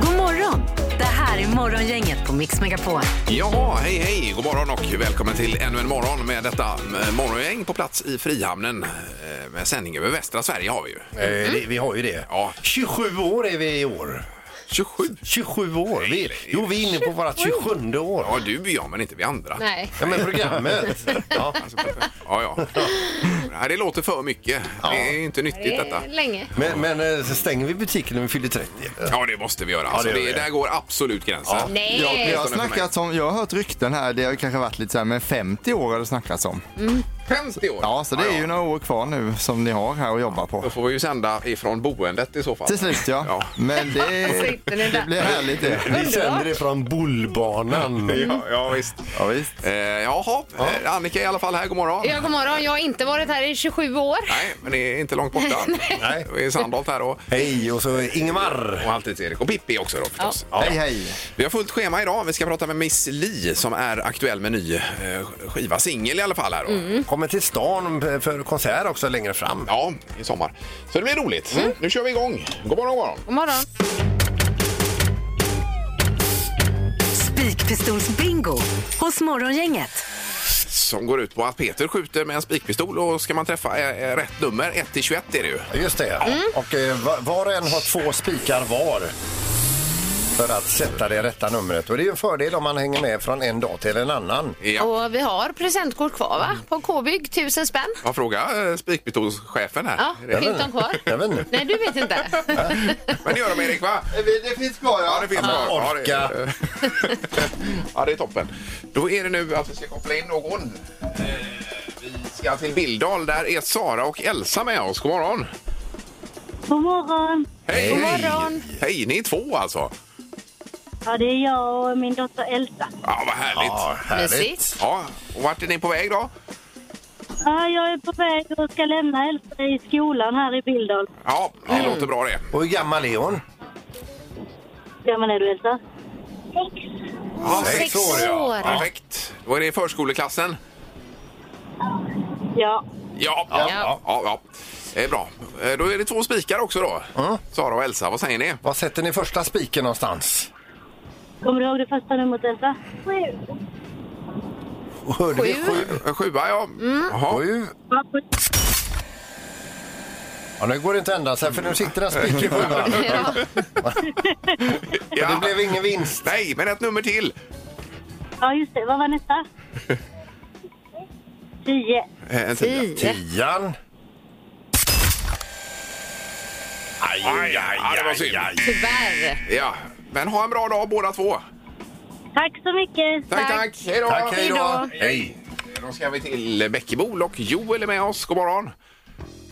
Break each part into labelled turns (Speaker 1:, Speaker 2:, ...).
Speaker 1: God morgon! Det här är Morgongänget på Mix Megapol.
Speaker 2: Jaha, hej hej, god morgon och välkommen till ännu en morgon med detta eh, morgongäng på plats i Frihamnen eh, med sändning över västra Sverige har vi ju.
Speaker 3: Eh, det- Vi har ju det.
Speaker 2: Ja.
Speaker 3: 27 år är vi i år.
Speaker 2: 27?
Speaker 3: 27 år. Vi, jo, vi är inne på vårt 27 år.
Speaker 2: Ja, du ja, men inte vi andra.
Speaker 4: Nej.
Speaker 3: Ja, men programmet. Ja.
Speaker 2: Ja, ja. Nej, Det låter för mycket. Det är inte nyttigt detta.
Speaker 4: Länge.
Speaker 3: Men, men eh, så stänger vi butiken när vi fyller 30?
Speaker 2: Ja, det måste vi göra. Alltså,
Speaker 3: det gör
Speaker 2: det,
Speaker 3: vi.
Speaker 2: där går absolut gränsen.
Speaker 3: Ja.
Speaker 4: Nej.
Speaker 5: Jag, jag, har
Speaker 2: Åtminstone för
Speaker 5: snackat om, jag har hört rykten här, det har kanske varit lite så här, men 50 år har det snackats om.
Speaker 1: Mm.
Speaker 2: 50 år?
Speaker 5: Ja, så det är ju några år kvar nu som ni har här att jobba
Speaker 2: Då
Speaker 5: på.
Speaker 2: får vi ju sända ifrån boendet i så fall.
Speaker 5: Till slut ja.
Speaker 2: Ja.
Speaker 5: Men det,
Speaker 1: sitter ni där.
Speaker 5: det blir härligt det.
Speaker 3: Vi sänder det från Bullbanan.
Speaker 2: Ja, ja visst.
Speaker 5: Ja, visst.
Speaker 2: Eh, jaha, Eh, Annika är i alla fall här. God morgon.
Speaker 4: Ja, god morgon. Jag har inte varit här i 27 år.
Speaker 2: Nej, men det är inte långt borta.
Speaker 3: Nej.
Speaker 2: Vi är i Sandholt här och,
Speaker 3: Hej, och så Ingemar.
Speaker 2: och Halvtids-Erik och Pippi också då förstås.
Speaker 5: Hej hej.
Speaker 2: Vi har fullt schema idag. Vi ska prata med Miss Li som är aktuell med ny eh, skiva, singel i alla fall. Här då.
Speaker 3: Kommer till stan för konsert också längre fram.
Speaker 2: Ja, i sommar. Så det blir roligt. Nu kör vi igång. God morgon, god morgon.
Speaker 4: God morgon.
Speaker 1: Spikpistolsbingo hos Morgongänget.
Speaker 2: Som går ut på att Peter skjuter med en spikpistol och ska man träffa eh, eh, rätt nummer, 1 till 21 är det ju.
Speaker 3: Just det.
Speaker 2: Mm.
Speaker 3: Och eh, va- var och en har två spikar var för att sätta det rätta numret. Och det är ju en fördel om man hänger med från en dag till en annan.
Speaker 2: Ja. Mm.
Speaker 4: Och vi har presentkort kvar va? På K-bygg, tusen spänn.
Speaker 2: Jag frågar eh, spikpistolschefen här.
Speaker 4: Ja,
Speaker 2: Är det-
Speaker 4: finns de kvar?
Speaker 3: Jag vet inte.
Speaker 4: Nej, du vet inte.
Speaker 2: Men det gör de Erik va?
Speaker 5: Det finns kvar
Speaker 2: Ja, det finns
Speaker 3: man
Speaker 2: kvar. Ja,
Speaker 3: orkar.
Speaker 2: det- ja, det är toppen. Då är det nu att vi ska koppla in någon. Eh, Vi ska till Bildal. Där är Sara och Elsa med oss. God morgon!
Speaker 6: God morgon!
Speaker 2: Hej!
Speaker 4: God morgon.
Speaker 2: Hej, ni är två alltså.
Speaker 6: Ja, det är jag och min dotter Elsa.
Speaker 2: Ja, vad härligt.
Speaker 3: Ja, härligt.
Speaker 4: Mysigt.
Speaker 2: Ja, och vart är ni på väg då?
Speaker 6: Ja, jag är på väg och ska lämna Elsa i skolan här i Billdal.
Speaker 2: Ja, det låter bra det.
Speaker 3: Mm. Och hur gammal är hon?
Speaker 6: Hur gammal är du, Elsa? Sex.
Speaker 2: Ja,
Speaker 4: sex år.
Speaker 2: Perfekt. Då är det i förskoleklassen.
Speaker 6: Ja.
Speaker 2: Ja, ja,
Speaker 4: Ja.
Speaker 2: ja. ja. Eh, bra. Eh, Då är det två spikar också då. Sara och Elsa, vad säger ni?
Speaker 3: Var sätter ni första spiken någonstans?
Speaker 6: Kommer du ihåg det första numret, Elsa? Sju.
Speaker 3: Och hörde vi sju?
Speaker 2: En sjua, ja.
Speaker 4: Mm.
Speaker 2: Jaha.
Speaker 3: Sju.
Speaker 6: Ja, sju.
Speaker 3: Ja, nu går det inte att ändra sig för nu sitter den spiken i sjuan.
Speaker 2: Ja.
Speaker 3: Det blev ingen vinst.
Speaker 2: Nej, men ett nummer till.
Speaker 6: ja, just det. Vad var nästa? Tio.
Speaker 2: Eh, En tia.
Speaker 3: Tian. Aj, aj,
Speaker 2: Ja, det var synd.
Speaker 4: Tyvärr.
Speaker 2: Ja. Men ha en bra dag båda två.
Speaker 6: Tack så mycket!
Speaker 2: Tack, tack.
Speaker 4: Tack.
Speaker 2: Hej då.
Speaker 3: Tack, hej då.
Speaker 4: Hej
Speaker 2: Hej. Då ska vi till Bäckebol och Joel är med oss. God morgon.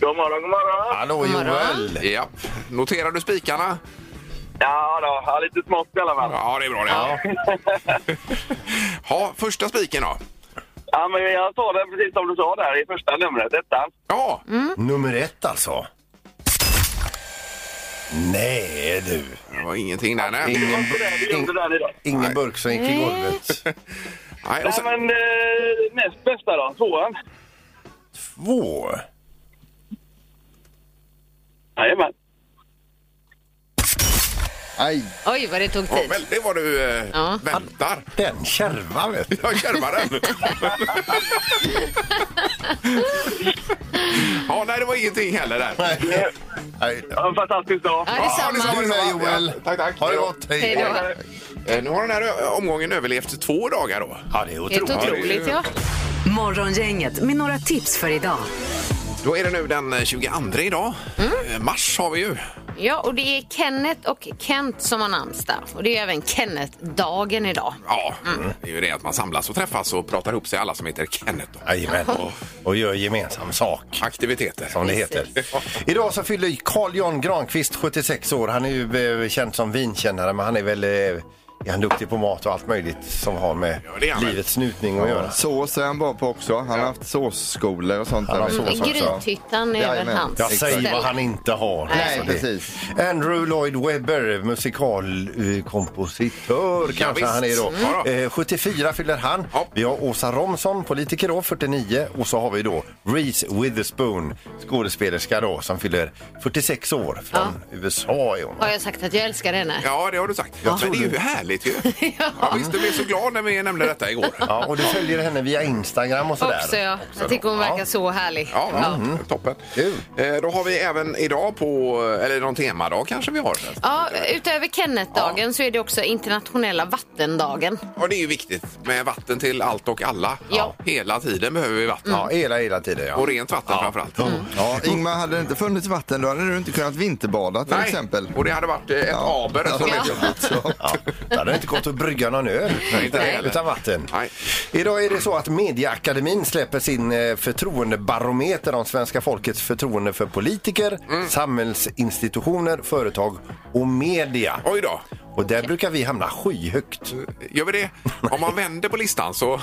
Speaker 7: God morgon, god morgon.
Speaker 3: Hallå Joel.
Speaker 2: Ja. Noterar du spikarna?
Speaker 7: Ja, då. Ja, lite smått i alla fall.
Speaker 2: Ja, det är bra det. Ja. ha, första spiken då.
Speaker 7: Ja, men jag sa det precis som du sa där i första numret, detta.
Speaker 2: Ja,
Speaker 4: Mm.
Speaker 3: Nummer ett alltså. Nej du.
Speaker 2: det var ingenting där. Nej.
Speaker 3: Ingen,
Speaker 7: Det är ju inte där idag.
Speaker 3: ingen burk som gick i golvet.
Speaker 2: Nej, och
Speaker 7: Nej,
Speaker 2: sen,
Speaker 7: men eh, näst bästa då, tvåan.
Speaker 3: Två.
Speaker 7: Jajamän.
Speaker 5: Aj.
Speaker 4: Oj, vad det tog
Speaker 2: ja,
Speaker 4: tid.
Speaker 2: väldigt vad du eh,
Speaker 4: Ja.
Speaker 2: väntar.
Speaker 3: Den kärva vet du.
Speaker 2: Jag kärvar den. ja, nej, det var ingenting heller där.
Speaker 3: Nej. Nej.
Speaker 7: Ha en fantastisk dag.
Speaker 4: Ja, detsamma.
Speaker 3: Du med Joel.
Speaker 2: Ja, tack, tack.
Speaker 3: Ha det gott. Hej.
Speaker 4: Hej då.
Speaker 2: Eh, Nu har den här ö- omgången överlevt två dagar då.
Speaker 3: Ja, det är
Speaker 4: Helt
Speaker 3: otroligt.
Speaker 4: otroligt, ja.
Speaker 1: Morgongänget med några tips för idag.
Speaker 4: Mm.
Speaker 2: Då är det nu den eh, 22 idag. Eh, Mars har vi ju.
Speaker 4: Ja, och det är Kenneth och Kent som har namnsdag. Och det är även Kenneth-dagen idag.
Speaker 2: Ja,
Speaker 4: Mm.
Speaker 2: det är ju det att man samlas och träffas och pratar ihop sig alla som heter Kenneth. Då.
Speaker 3: Jajamän. Och gör gemensam sak.
Speaker 2: Aktiviteter.
Speaker 3: Som det heter. Idag så fyller Carl Jan Granqvist 76 år. Han är ju eh, känd som vinkännare men han är väl eh, är han duktig på mat och allt möjligt som har med
Speaker 2: Ja, det är han väl.
Speaker 3: livets njutning att göra.
Speaker 5: Sås är han bra på också. Han har haft såsskolor och sånt.
Speaker 3: Han har
Speaker 5: där.
Speaker 3: sås också.
Speaker 4: Mm, Grythyttan är väl
Speaker 5: Jajamän.
Speaker 4: hans
Speaker 3: Jag säger vad
Speaker 4: ställe.
Speaker 3: han inte har.
Speaker 5: Nej,
Speaker 3: Alltså, det-
Speaker 5: precis.
Speaker 3: Andrew Lloyd Webber, musikalkompositör kanske
Speaker 2: visst.
Speaker 3: han är då.
Speaker 2: Ja, då.
Speaker 3: Eh, 74 fyller han.
Speaker 2: Ja.
Speaker 3: Vi har Åsa Romson, politiker då, 49. Och så har vi då Reese Witherspoon, skådespelerska då, som fyller 46 år. Från USA är hon.
Speaker 4: Har jag sagt att jag älskar henne?
Speaker 2: Ja, det har du sagt. Men det är ju härligt ju. ja. visst, jag blev så glad när vi nämnde detta igår.
Speaker 3: Ja, och du följer henne via Instagram och sådär.
Speaker 4: Också ja.
Speaker 3: Också
Speaker 4: Jag
Speaker 3: då.
Speaker 4: tycker hon verkar så härlig.
Speaker 2: Ja, mm, toppen.
Speaker 3: Kul.
Speaker 2: Eh, Då har vi även idag på, eller någon temadag kanske vi har.
Speaker 4: Ja, utöver Kenneth-dagen så är det också internationella vattendagen.
Speaker 2: Ja, det är ju viktigt med vatten till allt och alla.
Speaker 4: Ja.
Speaker 2: Hela tiden behöver vi vatten.
Speaker 3: Ja, hela, hela tiden ja. Mm.
Speaker 2: Och rent vatten framförallt.
Speaker 5: Ja, Ingmar, hade det inte funnits vatten då hade du inte kunnat vinterbada till
Speaker 2: Nej,
Speaker 5: exempel.
Speaker 2: och det hade varit eh, ett
Speaker 5: Ja.
Speaker 2: aber som
Speaker 4: Ja.
Speaker 2: hette.
Speaker 3: Ja, det hade inte gått att brygga någon öl
Speaker 2: Nej, inte heller.
Speaker 3: utan vatten.
Speaker 2: Nej.
Speaker 3: Idag är det så att Mediaakademin släpper sin eh, förtroendebarometer om svenska folkets förtroende för politiker,
Speaker 2: Mm.
Speaker 3: samhällsinstitutioner, företag och media.
Speaker 2: Oj då. Mm,
Speaker 3: Och där brukar vi hamna skyhögt.
Speaker 2: Gör vi det? Om man vänder på listan så,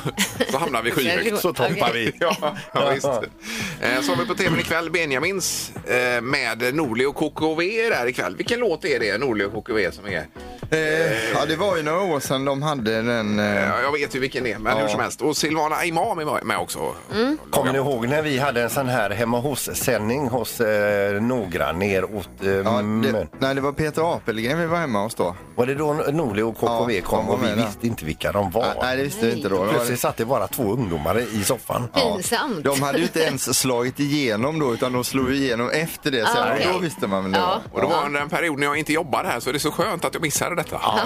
Speaker 2: så hamnar vi skyhögt.
Speaker 3: Så toppar vi.
Speaker 2: Ja, ja, visst. Eh, Så har vi på tvn ikväll Benjamins eh, med Norli och KKV där ikväll. Vilken låt är det, Norli och KKV, som är?
Speaker 5: Eh, ja, det var ju några år sedan de hade den. Eh,
Speaker 2: Ja, jag vet ju vilken det är, men hur som helst. Och Silvana Imam är med också.
Speaker 5: Mm.
Speaker 3: Kommer ni ihåg när vi hade en sån här hemma hos-sändning hos eh, några neråt eh,
Speaker 5: ja,
Speaker 3: Mön?
Speaker 5: det, nej, det var Peter Apelgren vi var hemma hos då.
Speaker 3: Var det då Norli och KKV
Speaker 5: Ja,
Speaker 3: kom
Speaker 5: de var
Speaker 3: och vi
Speaker 5: med där.
Speaker 3: visste inte vilka de var?
Speaker 5: Nej, nej, det visste vi inte då. Det var
Speaker 3: Plötsligt satt det bara två ungdomar i soffan.
Speaker 4: Pinsamt.
Speaker 5: De hade ju inte ens slagit igenom då, utan de slog ju igenom efter det sen.
Speaker 4: Ah, okej.
Speaker 5: Och Då visste man väl det.
Speaker 4: Ja.
Speaker 5: Ja.
Speaker 2: Och det var under en period när jag inte jobbade här, så det är så skönt att jag missade detta.
Speaker 5: Ja.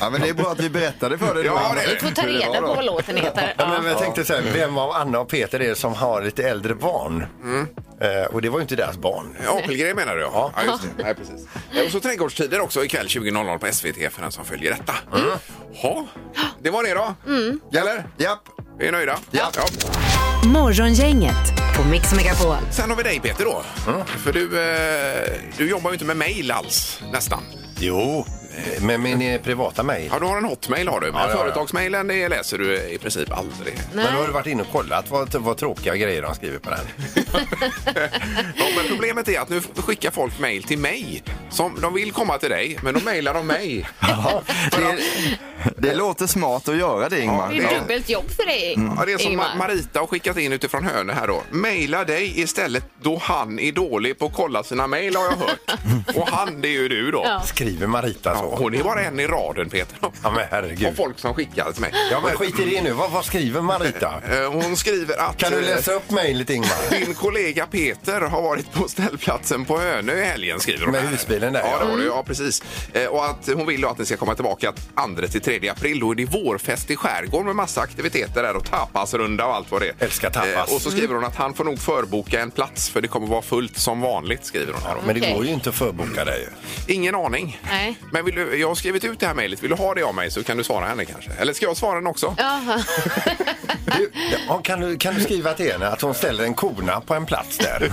Speaker 5: ja, men det är bra att vi berättade för dig. då,
Speaker 2: Ja,
Speaker 5: Anna.
Speaker 2: det-
Speaker 4: Vi får ta
Speaker 5: Hur det
Speaker 4: reda
Speaker 5: var
Speaker 4: på
Speaker 5: då.
Speaker 4: vad låten heter.
Speaker 3: Ja, men
Speaker 4: Ja.
Speaker 3: jag tänkte så här, vem av Anna och Peter är det som har lite äldre barn?
Speaker 2: Mm.
Speaker 3: Eh, och det var ju inte deras barn.
Speaker 2: Apelgren menar du? Ja, ja just det. Nej, precis. Eh, Och så Trädgårdstider också ikväll 20.00 på SVT för den som följer detta.
Speaker 5: Mm.
Speaker 2: Ja, det var det då.
Speaker 4: Mm.
Speaker 2: Eller?
Speaker 5: Japp.
Speaker 2: Vi är nöjda.
Speaker 5: Ja.
Speaker 1: Morgongänget på Mix Megapol.
Speaker 2: Sen har vi dig Peter då.
Speaker 5: Mm.
Speaker 2: För du, eh, du jobbar ju inte med mail alls, nästan.
Speaker 3: Jo, men min eh, privata mejl.
Speaker 2: Ja, du har en hotmail har du, men
Speaker 3: Ja, ja, ja.
Speaker 2: företagsmailen det läser du i princip aldrig.
Speaker 3: Men då har du varit inne och kollat vad, vad tråkiga grejer de skriver på den.
Speaker 2: Ja, men problemet är att nu skickar folk mail till mig. Som, de vill komma till dig, men de mailar de mig.
Speaker 5: Det, det låter smart att göra det, Ingmar.
Speaker 4: Det är dubbelt jobb för dig,
Speaker 3: Mm.
Speaker 2: Mm. Ja, det är som Ma-
Speaker 4: Ingmar.
Speaker 2: Marita har skickat in utifrån Hönö här då. Maila dig istället då han är dålig på att kolla sina mail har jag hört. Och han det är ju du då. Ja.
Speaker 4: Ja.
Speaker 3: Skriver Marita så?
Speaker 2: hon är bara en i raden Peter.
Speaker 3: Ja, men
Speaker 2: Av
Speaker 3: herregud.
Speaker 2: folk som skickar till mig.
Speaker 3: Ja, men skit i det nu. Vad, vad skriver Marita?
Speaker 2: Eh, Hon skriver att...
Speaker 3: Kan du
Speaker 2: eh,
Speaker 3: läsa upp mejlet, Ingmar?
Speaker 2: Din kollega Peter har varit på ställplatsen på Hönö i helgen skriver hon.
Speaker 3: Med
Speaker 2: här.
Speaker 3: husbilen där,
Speaker 2: Ja,
Speaker 3: ja. Mm.
Speaker 2: det var det. Ja, precis. Eh, Och att hon vill då att ni ska komma tillbaka 2 till 3 april. Då är det vårfest i skärgården med massa aktiviteter där och tapasrunda och allt vad det är.
Speaker 3: Älskar tapas.
Speaker 2: Eh, Och så skriver hon att han får nog förboka en plats för det kommer vara fullt som vanligt skriver hon här. då.
Speaker 3: Men det
Speaker 4: Okej.
Speaker 3: går ju inte att förboka dig.
Speaker 2: Ingen aning.
Speaker 4: Nej.
Speaker 2: Men vill du, jag har skrivit ut det här mejlet. Vill du ha det av mig så kan du svara henne kanske. Eller ska jag svara henne också?
Speaker 4: Ja.
Speaker 3: Du, ja, kan, du, kan du skriva till henne att hon ställer en kona på en plats där?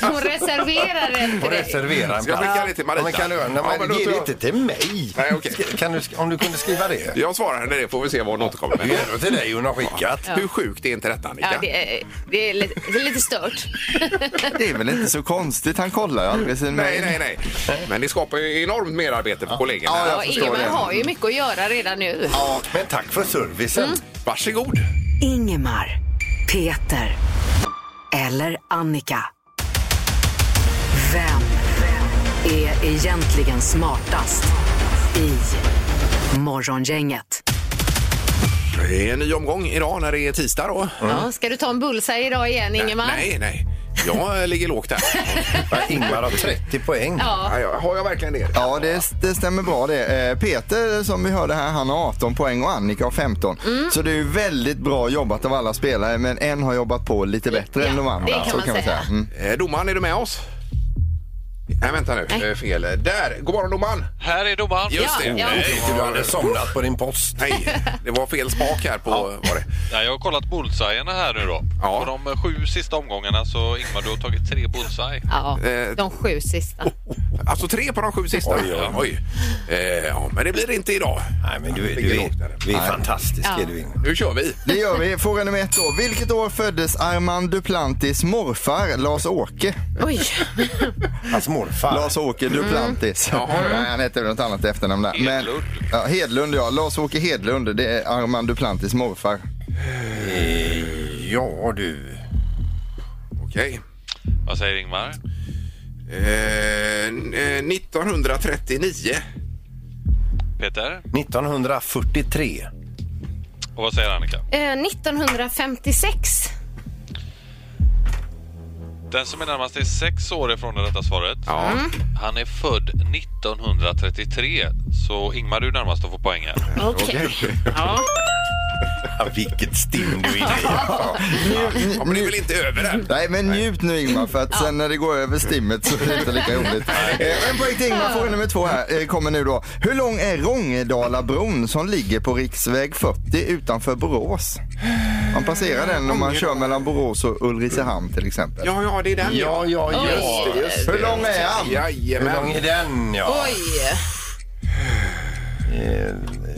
Speaker 4: Hon reserverar den
Speaker 3: Och
Speaker 4: till dig.
Speaker 3: reservera en
Speaker 2: Ska jag
Speaker 3: plats.
Speaker 2: skicka det till Marita?
Speaker 3: Ja, men kan du, nej,
Speaker 2: Ja,
Speaker 3: men
Speaker 2: men då
Speaker 3: ge
Speaker 2: tror
Speaker 3: det
Speaker 2: jag-
Speaker 3: inte till mig.
Speaker 2: Nej, okej.
Speaker 3: Ska- Kan du, sk- om du kunde skriva det.
Speaker 2: Jag svarar henne det får vi se vad hon återkommer
Speaker 3: Det
Speaker 2: med.
Speaker 3: är ändå till dig hon har skickat.
Speaker 2: Hur sjukt är inte detta Annika?
Speaker 4: Ja, det, är, det, är lite, det är lite stört.
Speaker 5: Det är väl inte så konstigt. Han kollar ju aldrig sin
Speaker 2: Nej,
Speaker 5: mail.
Speaker 2: nej, nej. Men det skapar ju enormt merarbete för kollegorna.
Speaker 5: Ja, jag
Speaker 4: Ja,
Speaker 5: förstår
Speaker 4: Ingemar
Speaker 5: det.
Speaker 4: har ju mycket att göra redan nu.
Speaker 3: Ja, men tack för servicen.
Speaker 4: Mm.
Speaker 2: Varsågod.
Speaker 1: Ingemar, Peter eller Annika. Vem är egentligen smartast i Morgongänget?
Speaker 2: Det är en ny omgång idag när det är tisdag då.
Speaker 4: Ja, ska du ta en bullseye idag igen, Ingemar?
Speaker 2: Nej, nej. Jag ligger lågt där.
Speaker 3: Ja, Ingmar har 30 poäng.
Speaker 2: Ja, jag- Har jag verkligen det?
Speaker 5: Ja, det, det stämmer bra det. Eh, Peter som vi hörde här, han har 18 poäng och Annika har 15.
Speaker 4: Mm.
Speaker 5: Så det är ju väldigt bra jobbat av alla spelare, men en har jobbat på lite bättre
Speaker 4: Ja,
Speaker 5: än de andra.
Speaker 4: det kan
Speaker 5: så
Speaker 4: man säga.
Speaker 5: Mm.
Speaker 2: Eh, Domaren, är du med oss? Nej, vänta nu.
Speaker 4: Nej.
Speaker 2: Eh, Fel. Där! God morgon, domaren!
Speaker 7: Här är domaren.
Speaker 2: Just
Speaker 4: Ja,
Speaker 2: det.
Speaker 4: ja.
Speaker 2: Nej,
Speaker 3: Du hade somnat på din post.
Speaker 2: Nej, det var fel spak här på... Var det?
Speaker 7: Ja, jag har kollat bullseyen här nu då.
Speaker 2: Ja.
Speaker 7: På de eh, sju sista omgångarna så Ingmar, du har tagit tre bullseye.
Speaker 4: Ja,
Speaker 2: Eh,
Speaker 4: de sju sista.
Speaker 2: Alltså tre på de sju sista.
Speaker 3: Oj, oj,
Speaker 2: Eh, ja, men det blir det inte idag.
Speaker 3: Nej, men du,
Speaker 2: Ligger
Speaker 3: du
Speaker 2: lågt där.
Speaker 3: är, du är fantastisk.
Speaker 4: Ja.
Speaker 3: Är du in.
Speaker 2: Nu kör vi.
Speaker 5: Det gör vi. Fråga nummer ett då. Vilket år föddes Armand Duplantis morfar Lars-Åke?
Speaker 4: Oj,
Speaker 3: Hans morfar. Mm.
Speaker 5: Lars-Åke Duplantis. Nej, han hette väl något annat efternamn där.
Speaker 7: Hedlund.
Speaker 5: ja, Hedlund ja. Lars-Åke Hedlund, det är Armand Duplantis morfar.
Speaker 3: Eh, Ja, du.
Speaker 2: Okej.
Speaker 7: Vad säger Ingmar?
Speaker 2: Eh, n- eh, 1939.
Speaker 7: Peter?
Speaker 3: 1943.
Speaker 7: Och vad säger Annika?
Speaker 4: eh, 1956.
Speaker 7: Den som är närmast är sex år ifrån det rätta svaret.
Speaker 2: Ja.
Speaker 4: Mm.
Speaker 7: Han är född 1933. Så Ingmar, du är närmast att få poäng här.
Speaker 4: Okej. Ja.
Speaker 3: Ja, vilket stim du är inne i. alltså.
Speaker 2: Ja, men det är väl inte över än?
Speaker 5: Nej men njut nu Ingmar för att sen när det går över stimmet så är det inte lika roligt. Eh, En poäng till Ingmar, fråga nummer två här eh, kommer nu då. Hur lång är Rångedalabron som ligger på riksväg 40 utanför Borås? Man passerar den om man kör mellan Borås och Ulricehamn till exempel.
Speaker 2: Ja, ja, det är den.
Speaker 3: Ja, ja, just det. Just det.
Speaker 5: Hur lång är han?
Speaker 3: Hur
Speaker 2: Jajamän.
Speaker 3: lång är den? Ja. Eh,
Speaker 4: Oj.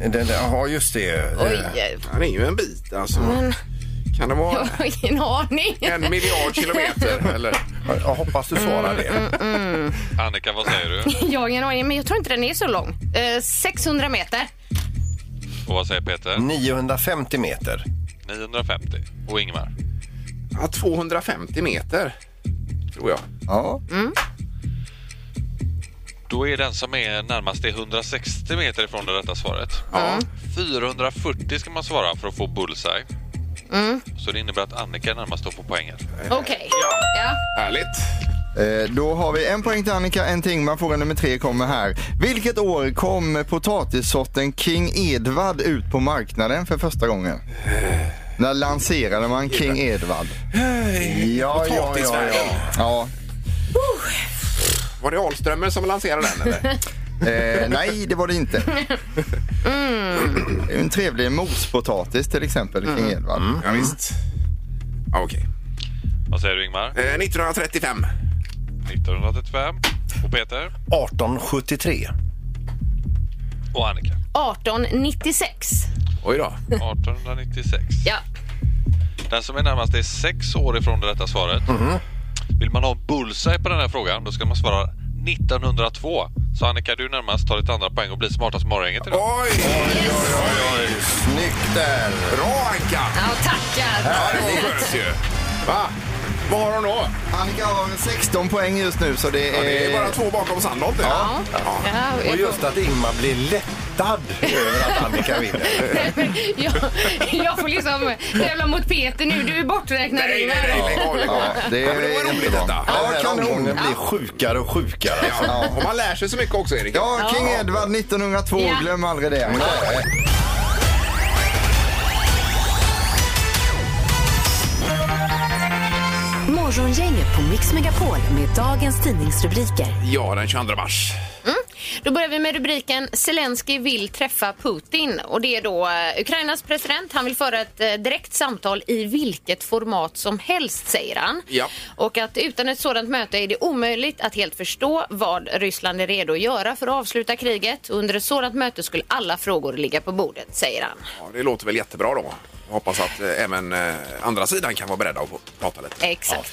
Speaker 3: Den, den, ja, just det. Eh.
Speaker 4: Oj.
Speaker 2: Han är ju en bit alltså. Kan det
Speaker 4: Jag
Speaker 2: vara
Speaker 4: har ingen aning.
Speaker 2: en miljard kilometer? Eller?
Speaker 3: Jag hoppas du svarar det.
Speaker 7: Annika, vad säger du?
Speaker 4: Jag har ingen aning, men jag tror inte den är så lång. Eh, 600 meter.
Speaker 7: Och vad säger Peter?
Speaker 3: 950 meter.
Speaker 7: 950. Och Ingmar?
Speaker 2: Ja, 250 meter, tror jag.
Speaker 5: Ja.
Speaker 7: Då är den som är närmast är 160 meter ifrån det rätta svaret.
Speaker 4: Mm.
Speaker 7: 440 ska man svara för att få bullseye. Så det innebär att Annika är närmast att få poängen.
Speaker 4: Mm. Okej. Ja.
Speaker 2: Eh, Härligt.
Speaker 5: Eh, Då har vi en poäng till Annika, en till Ingmar. Fråga nummer tre kommer här. Vilket år kom potatissorten King Edward ut på marknaden för första gången?
Speaker 2: Eh,
Speaker 5: När lanserade man King Edward?
Speaker 3: Ja, ja, ja.
Speaker 2: Potatisvärlden.
Speaker 3: ja.
Speaker 5: Ja,
Speaker 2: Var det Ahlströmer som lanserade den? Eller?
Speaker 5: Eh, nej, det var det inte. Det är ju en trevlig mospotatis till exempel
Speaker 4: Mm.
Speaker 5: kring Edvard.
Speaker 2: Mm. Ja, visst. Ja, Okej.
Speaker 7: Vad säger du Ingmar?
Speaker 2: Eh, 1935.
Speaker 7: 1935. Och Peter?
Speaker 3: 1873.
Speaker 7: Och Annika?
Speaker 4: 1896.
Speaker 2: Oj då.
Speaker 7: 1896.
Speaker 4: Ja.
Speaker 7: Den som är närmast är sex år ifrån det rätta svaret.
Speaker 2: Mhm.
Speaker 7: Vill man ha bullseye på den här frågan då ska man svara 1902. Så Annika, du är närmast tar ditt andra poäng och blir smartast i morgongänget idag.
Speaker 2: Oj!
Speaker 3: Snyggt där.
Speaker 2: Bra Anka!
Speaker 4: Ja, tackar.
Speaker 2: Ja, det var skönt ju. Va? Vad har hon då?
Speaker 5: Annika har 16 poäng just nu så det
Speaker 2: Ja,
Speaker 5: är...
Speaker 2: det är bara två bakom Sandholt nu.
Speaker 4: Ja. Ja,
Speaker 3: Och
Speaker 4: jag,
Speaker 3: just att Ingmar blir lättad över att Annika vinner.
Speaker 4: jag, jag får liksom tävla mot Peter nu. Du är borträknad
Speaker 2: Nej, nej,
Speaker 4: Ingmar.
Speaker 2: nej, lägg av, lägg av.
Speaker 5: Ja, det
Speaker 2: Ja, men det var
Speaker 5: är
Speaker 2: roligt
Speaker 5: inte bra.
Speaker 2: detta.
Speaker 5: Ja,
Speaker 3: Den här
Speaker 5: kanon.
Speaker 3: omgången blir sjukare och sjukare.
Speaker 2: Ja. Och man lär sig så mycket också, Erik.
Speaker 5: Ja, King Edward 1902.
Speaker 4: Ja.
Speaker 5: Glöm aldrig det. Annika.
Speaker 1: Morgongänget på Mix Megapol med dagens tidningsrubriker.
Speaker 2: Ja, den 22 mars.
Speaker 4: Då börjar vi med rubriken Zelensky vill träffa Putin. Och det är då eh, Ukrainas president. Han vill föra ett eh, direkt samtal i vilket format som helst, säger han.
Speaker 2: Ja.
Speaker 4: Och att utan ett sådant möte är det omöjligt att helt förstå vad Ryssland är redo att göra för att avsluta kriget. Under ett sådant möte skulle alla frågor ligga på bordet, säger han.
Speaker 2: Ja, det låter väl jättebra då. Jag hoppas att eh, även eh, andra sidan kan vara beredda att få prata lite.
Speaker 4: Exakt.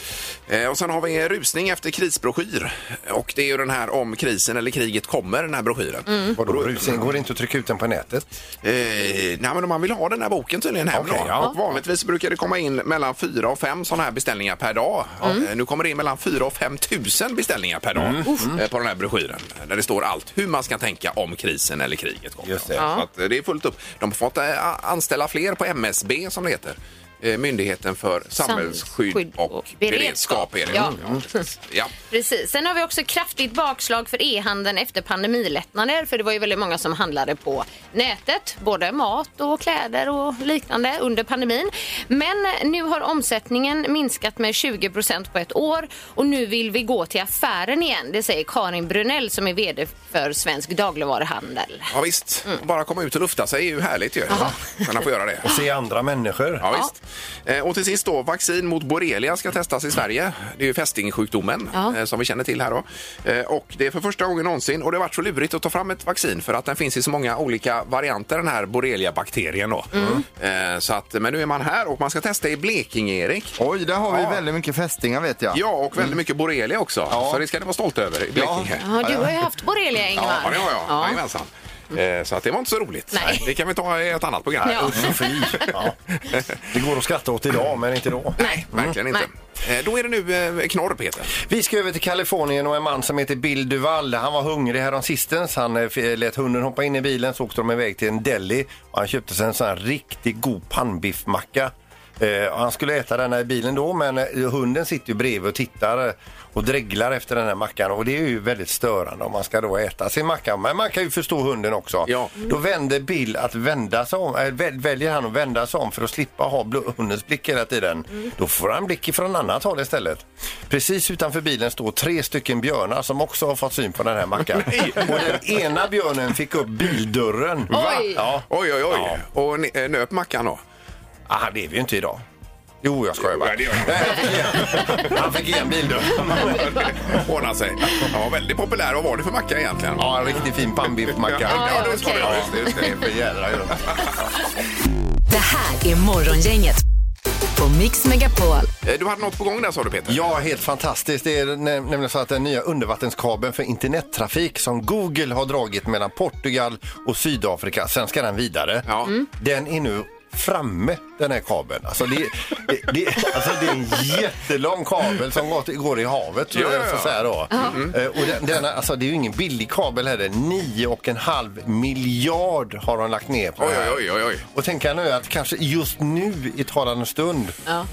Speaker 2: Eh, Och sen har vi en rusning efter krisbroschyr. Och det är ju den här om krisen eller kriget kommer, den här broschyren.
Speaker 3: Vadå, rusing? Går det inte att trycka ut den på nätet?
Speaker 2: Eh, nej, men om man vill ha den här boken tydligen hem
Speaker 3: Okej,
Speaker 2: då.
Speaker 3: ja.
Speaker 2: och Vanligtvis brukar det komma in mellan fyra och fem sådana här beställningar per dag. Eh, nu kommer det in mellan fyra och fem tusen beställningar per dag eh, på den här broschyren. Där det står allt hur man ska tänka om krisen eller kriget. Kommer.
Speaker 3: Just det.
Speaker 2: Så att, eh, det är fullt upp. De har fått eh, a- anställa fler på MSB som det heter eh, Myndigheten för samhällsskydd
Speaker 4: Samhällsskydd
Speaker 2: och,
Speaker 4: och
Speaker 2: beredskap.
Speaker 4: beredskap.
Speaker 2: är det.
Speaker 4: Ja.
Speaker 2: Ja, precis. ja.
Speaker 4: Precis. Sen har vi också kraftigt bakslag för e-handeln efter pandemilättnader. För det var ju väldigt många som handlade på nätet, både mat och kläder och liknande under pandemin. Men nu har omsättningen minskat med 20 på ett år och nu vill vi gå till affären igen. Det säger Karin Brunell som är VD för Svensk dagligvaruhandel.
Speaker 2: ja visst,
Speaker 4: Mm.
Speaker 2: bara komma ut och lufta sig är ju härligt ju. Men man får göra det.
Speaker 3: Och se andra människor.
Speaker 2: Ja, visst. Eh, Och till sist då, vaccin mot borrelia ska testas i Sverige. Det är ju fästingsjukdomen
Speaker 4: Ja.
Speaker 2: eh, som vi känner till här då. Eh, Och det är för första gången någonsin och det har varit så lurigt att ta fram ett vaccin för att den finns i så många olika varianter den här borreliabakterien då.
Speaker 4: Mm.
Speaker 2: Eh, Så att, men nu är man här och man ska testa i Blekinge Erik.
Speaker 5: Oj, där har vi
Speaker 2: Ja.
Speaker 5: väldigt mycket fästingar vet jag.
Speaker 2: Ja, och väldigt mycket borrelia också. Så det ska ni vara stolta över i Blekinge.
Speaker 4: Ja, du har ju haft borrelia, Ingvar.
Speaker 2: Ja, det har jag. Jajamensan. Eh, Så att det var inte så roligt.
Speaker 4: Nej.
Speaker 2: Det kan vi ta i ett annat program.
Speaker 4: Ja.
Speaker 3: Ja. Det går att skratta åt idag, men inte då.
Speaker 2: Nej, Mm. verkligen inte. Eh, Då är det nu eh, knorr, Peter.
Speaker 3: Vi ska över till Kalifornien och en man som heter Bill Duval. Han var hungrig häromsistens. Han eh, f- lät hunden hoppa in i bilen så åkte de iväg till en deli och han köpte sig en sån här riktigt god pannbiffmacka. Eh, och han skulle äta den här i bilen då men eh, hunden sitter ju bredvid och tittar eh, och dreglar efter den här mackan och det är ju väldigt störande om man ska då äta sin macka. Men man kan ju förstå hunden också.
Speaker 2: Ja.
Speaker 3: Då vänder Bill att vända sig om, äh, väl- väljer han att vända sig om för att slippa ha bl- hundens blick hela tiden. Då får han blick från annat håll istället. Precis utanför bilen står tre stycken björnar som också har fått syn på den här mackan. Och den ena björnen fick upp bildörren.
Speaker 4: Oj.
Speaker 3: Ja.
Speaker 2: Oj, oj, oj.
Speaker 3: Ja.
Speaker 2: Och ni- eh, nöp mackan då?
Speaker 3: Ah, han lever ju inte idag. Jo, jag skojar bara.
Speaker 2: Ja, det gör han.
Speaker 3: Nej, han fick igen- Han fick igen bildörren.
Speaker 2: Ordna sig. Ja, väldigt populär. Vad var det för macka egentligen?
Speaker 3: Ja, en riktigt fin pannbiffmacka.
Speaker 2: ja, det var det.
Speaker 4: okej.
Speaker 2: Ja, just det, just det.
Speaker 3: För jädra gör de.
Speaker 1: Det här är Morgongänget på Mix Megapol.
Speaker 2: Eh, Du hade något på gång där sa du Peter?
Speaker 3: Ja, helt fantastiskt. Det är nä- nämligen så att den nya undervattenskabeln för internettrafik som Google har dragit mellan Portugal och Sydafrika, sen ska den vidare.
Speaker 2: Ja. Mm.
Speaker 3: Den är nu framme den här kabeln. Alltså det, det, det, alltså det är en jättelång kabel som går, går i havet.
Speaker 2: Ja, ja, Mm. ja.
Speaker 3: Så att säga då. Eh, Och den, den, alltså det är ju ingen billig kabel heller. 9,5 miljard har de lagt ner på
Speaker 2: Oj,
Speaker 3: det här.
Speaker 2: oj, oj, oj.
Speaker 3: Och tänka nu att kanske just nu i talande stund
Speaker 4: Ja.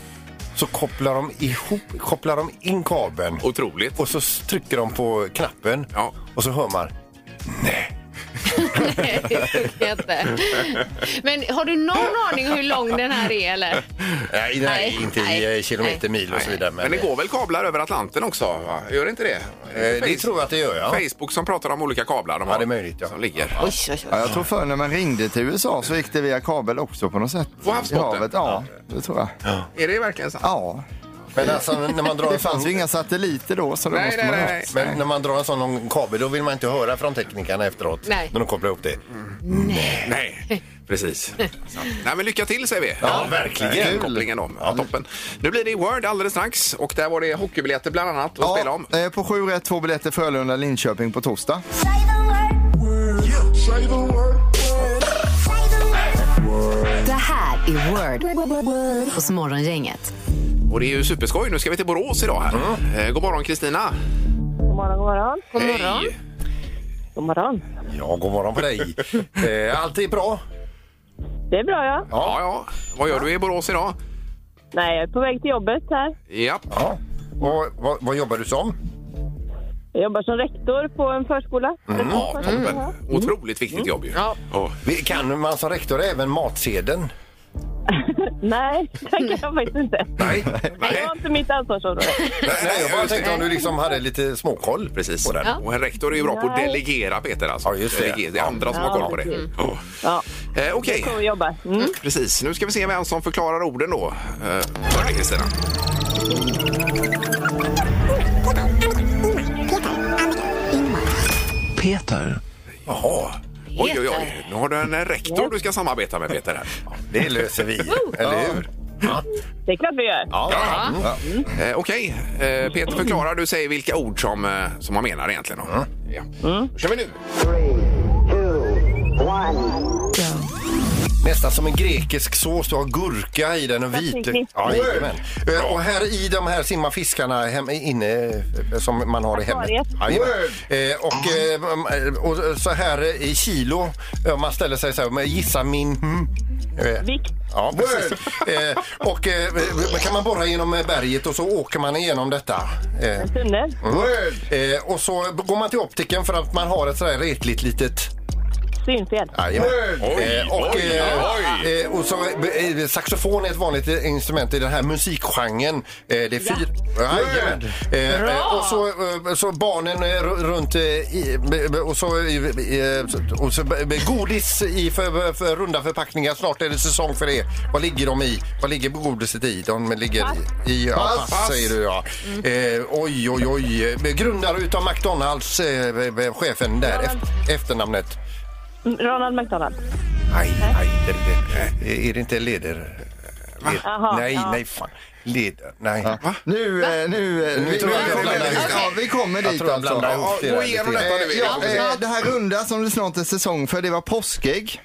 Speaker 3: så kopplar de, ihop, kopplar de in kabeln
Speaker 2: Otroligt.
Speaker 3: och så trycker de på knappen
Speaker 2: Ja.
Speaker 3: och så hör man
Speaker 4: Jätte. Men har du någon aning om hur lång den här är eller?
Speaker 3: nej, nej,
Speaker 4: Nej,
Speaker 3: inte
Speaker 4: nej,
Speaker 3: i eh, kilometer, mil och så vidare.
Speaker 2: Men det går väl kablar över Atlanten också? Va? Gör det inte det?
Speaker 3: Eh, det tror jag att det gör, ja.
Speaker 2: Facebook som pratar om olika kablar de
Speaker 3: Ja, det är möjligt, ja.
Speaker 2: som ligger.
Speaker 4: Oj, oj,
Speaker 5: Ja,
Speaker 4: oj.
Speaker 5: jag tror förr när man ringde till USA så gick det via kabel också på något sätt.
Speaker 2: På havsbotten?
Speaker 5: I havet, ja. Det tror jag.
Speaker 2: Är det verkligen sant?
Speaker 5: Ja.
Speaker 3: Men alltså när man drar
Speaker 5: Det
Speaker 3: en
Speaker 5: fanns ju
Speaker 3: sån,
Speaker 5: inga satelliter då så det
Speaker 2: Nej,
Speaker 5: måste
Speaker 2: nej,
Speaker 5: man ha.
Speaker 2: nej.
Speaker 3: men när man drar en sån lång kabel då vill man inte höra från teknikerna efteråt
Speaker 4: Nej.
Speaker 3: när de kopplar ihop det.
Speaker 2: Nej, precis. Sant. Nej, men lycka till säger vi.
Speaker 3: Ja, verkligen.
Speaker 2: Kul. Kopplingen om. Ja, toppen. Nu blir det Word alldeles strax och där var det hockeybiljetter bland annat att spela om.
Speaker 5: eh, på 7 rätt, två biljetter Frölunda-Linköping på torsdag.
Speaker 1: Det här är Word hos Morgongänget.
Speaker 2: Och det är ju superskoj. Nu ska vi till Borås idag här.
Speaker 3: Mm.
Speaker 2: Eh, god morgon Kristina.
Speaker 6: God morgon, god morgon.
Speaker 4: God morgon.
Speaker 2: Hej.
Speaker 6: God morgon.
Speaker 3: Ja, god morgon på dig. eh, allt är bra.
Speaker 6: Det är bra, ja.
Speaker 2: Ja, ja. Vad gör du i Borås idag?
Speaker 6: Nej, jag är på väg till jobbet här.
Speaker 2: Ja.
Speaker 3: Ja. Och, vad, vad jobbar du som?
Speaker 6: Jag jobbar som rektor på en förskola.
Speaker 3: Mm.
Speaker 6: Eller på en förskola.
Speaker 2: toppen. Otroligt viktigt jobb ju.
Speaker 4: Mm. Ja.
Speaker 2: Ja.
Speaker 3: Vi- Kan man som rektor även matsedeln?
Speaker 6: Nej, det kan jag faktiskt inte.
Speaker 2: Nej.
Speaker 6: Nej, det var inte mitt ansvarsområde.
Speaker 3: Nej, jag bara
Speaker 2: just det.
Speaker 3: tänkte om du liksom hade lite småkoll
Speaker 2: Precis.
Speaker 3: på den.
Speaker 2: Och en rektor är ju bra på att
Speaker 6: Nej.
Speaker 2: delegera, Peter. Alltså.
Speaker 3: Ja, just det.
Speaker 2: Delegera. det är andra som
Speaker 6: Ja,
Speaker 2: har koll på det.
Speaker 6: precis.
Speaker 2: Ja.
Speaker 6: Ja,
Speaker 2: Eh, Okej,
Speaker 6: kommer jobba. Mm.
Speaker 2: precis. Nu ska vi se vem som förklarar orden då. Eh, för dig, Kristina.
Speaker 8: Peter.
Speaker 2: Jaha. Oj, oj, oj. Nu har du en eh, rektor du ska samarbeta med, Peter. Här.
Speaker 3: Det löser vi, eller hur? Mm.
Speaker 6: Det är klart vi gör. Mm.
Speaker 2: Ja. Eh, Okej, eh, Peter förklarar. Du säger vilka ord som, eh, som man menar egentligen. Då.
Speaker 3: Mm.
Speaker 2: Ja. Då kör vi nu.
Speaker 3: Nästan som en grekisk sås. Du har gurka i den och vit.
Speaker 6: Tzatziki.
Speaker 3: Ja, jajamän. Eh, Och här i de här simmar fiskarna hem, inne eh, som man har i hemmet.
Speaker 6: Akvariet.
Speaker 3: Jajamän. Eh, och, eh, och så här eh, i kilo, eh, om man ställer sig så här, men gissa min... Mm. Eh,
Speaker 6: Vikt.
Speaker 3: Ja, precis. Eh, och eh, kan man borra genom eh, berget och så åker man igenom detta. Eh,
Speaker 6: Tunnel.
Speaker 2: Mm.
Speaker 3: eh, och så går man till optiken för att man har ett sådär retligt litet
Speaker 6: Synfel.
Speaker 3: Jajamän.
Speaker 2: Oj,
Speaker 3: Eh, och,
Speaker 2: oj,
Speaker 3: eh, eh, och så, eh, saxofon är ett vanligt eh, instrument i den här musikgenren. Eh, det är fyra... Jajamän. Eh, eh, och så, eh, så barnen eh, ru- runt... eh, i- b- b- Och så, eh, så- och så b- b- godis i för, för runda förpackningar. Snart är det säsong för det. Vad ligger de i? Vad ligger godiset i? De ligger i... i ja, pass, säger du ja.
Speaker 6: Mm.
Speaker 3: Eh, oj, oj, oj. Eh, Grundare utav McDonalds, eh, b- b- chefen där, eft- efternamnet.
Speaker 6: Ronald McDonald.
Speaker 3: Nej, nej, det, det, Eh, är det inte leder... led-
Speaker 6: Jaha,
Speaker 3: nej,
Speaker 6: ja.
Speaker 3: nej, fan. Leder, nej. Va?
Speaker 5: Nu, eh, nu, eh, nu,
Speaker 3: tror jag jag blandar ihop det.
Speaker 5: ja, vi kommer
Speaker 3: Jag
Speaker 5: dit
Speaker 3: tror jag
Speaker 5: alltså.
Speaker 3: blandar ihop det.
Speaker 2: Gå
Speaker 3: där
Speaker 2: igenom
Speaker 3: lite.
Speaker 2: detta nu.
Speaker 5: Eh, ja, eh, det här runda som det snart är säsong för, det var påskägg.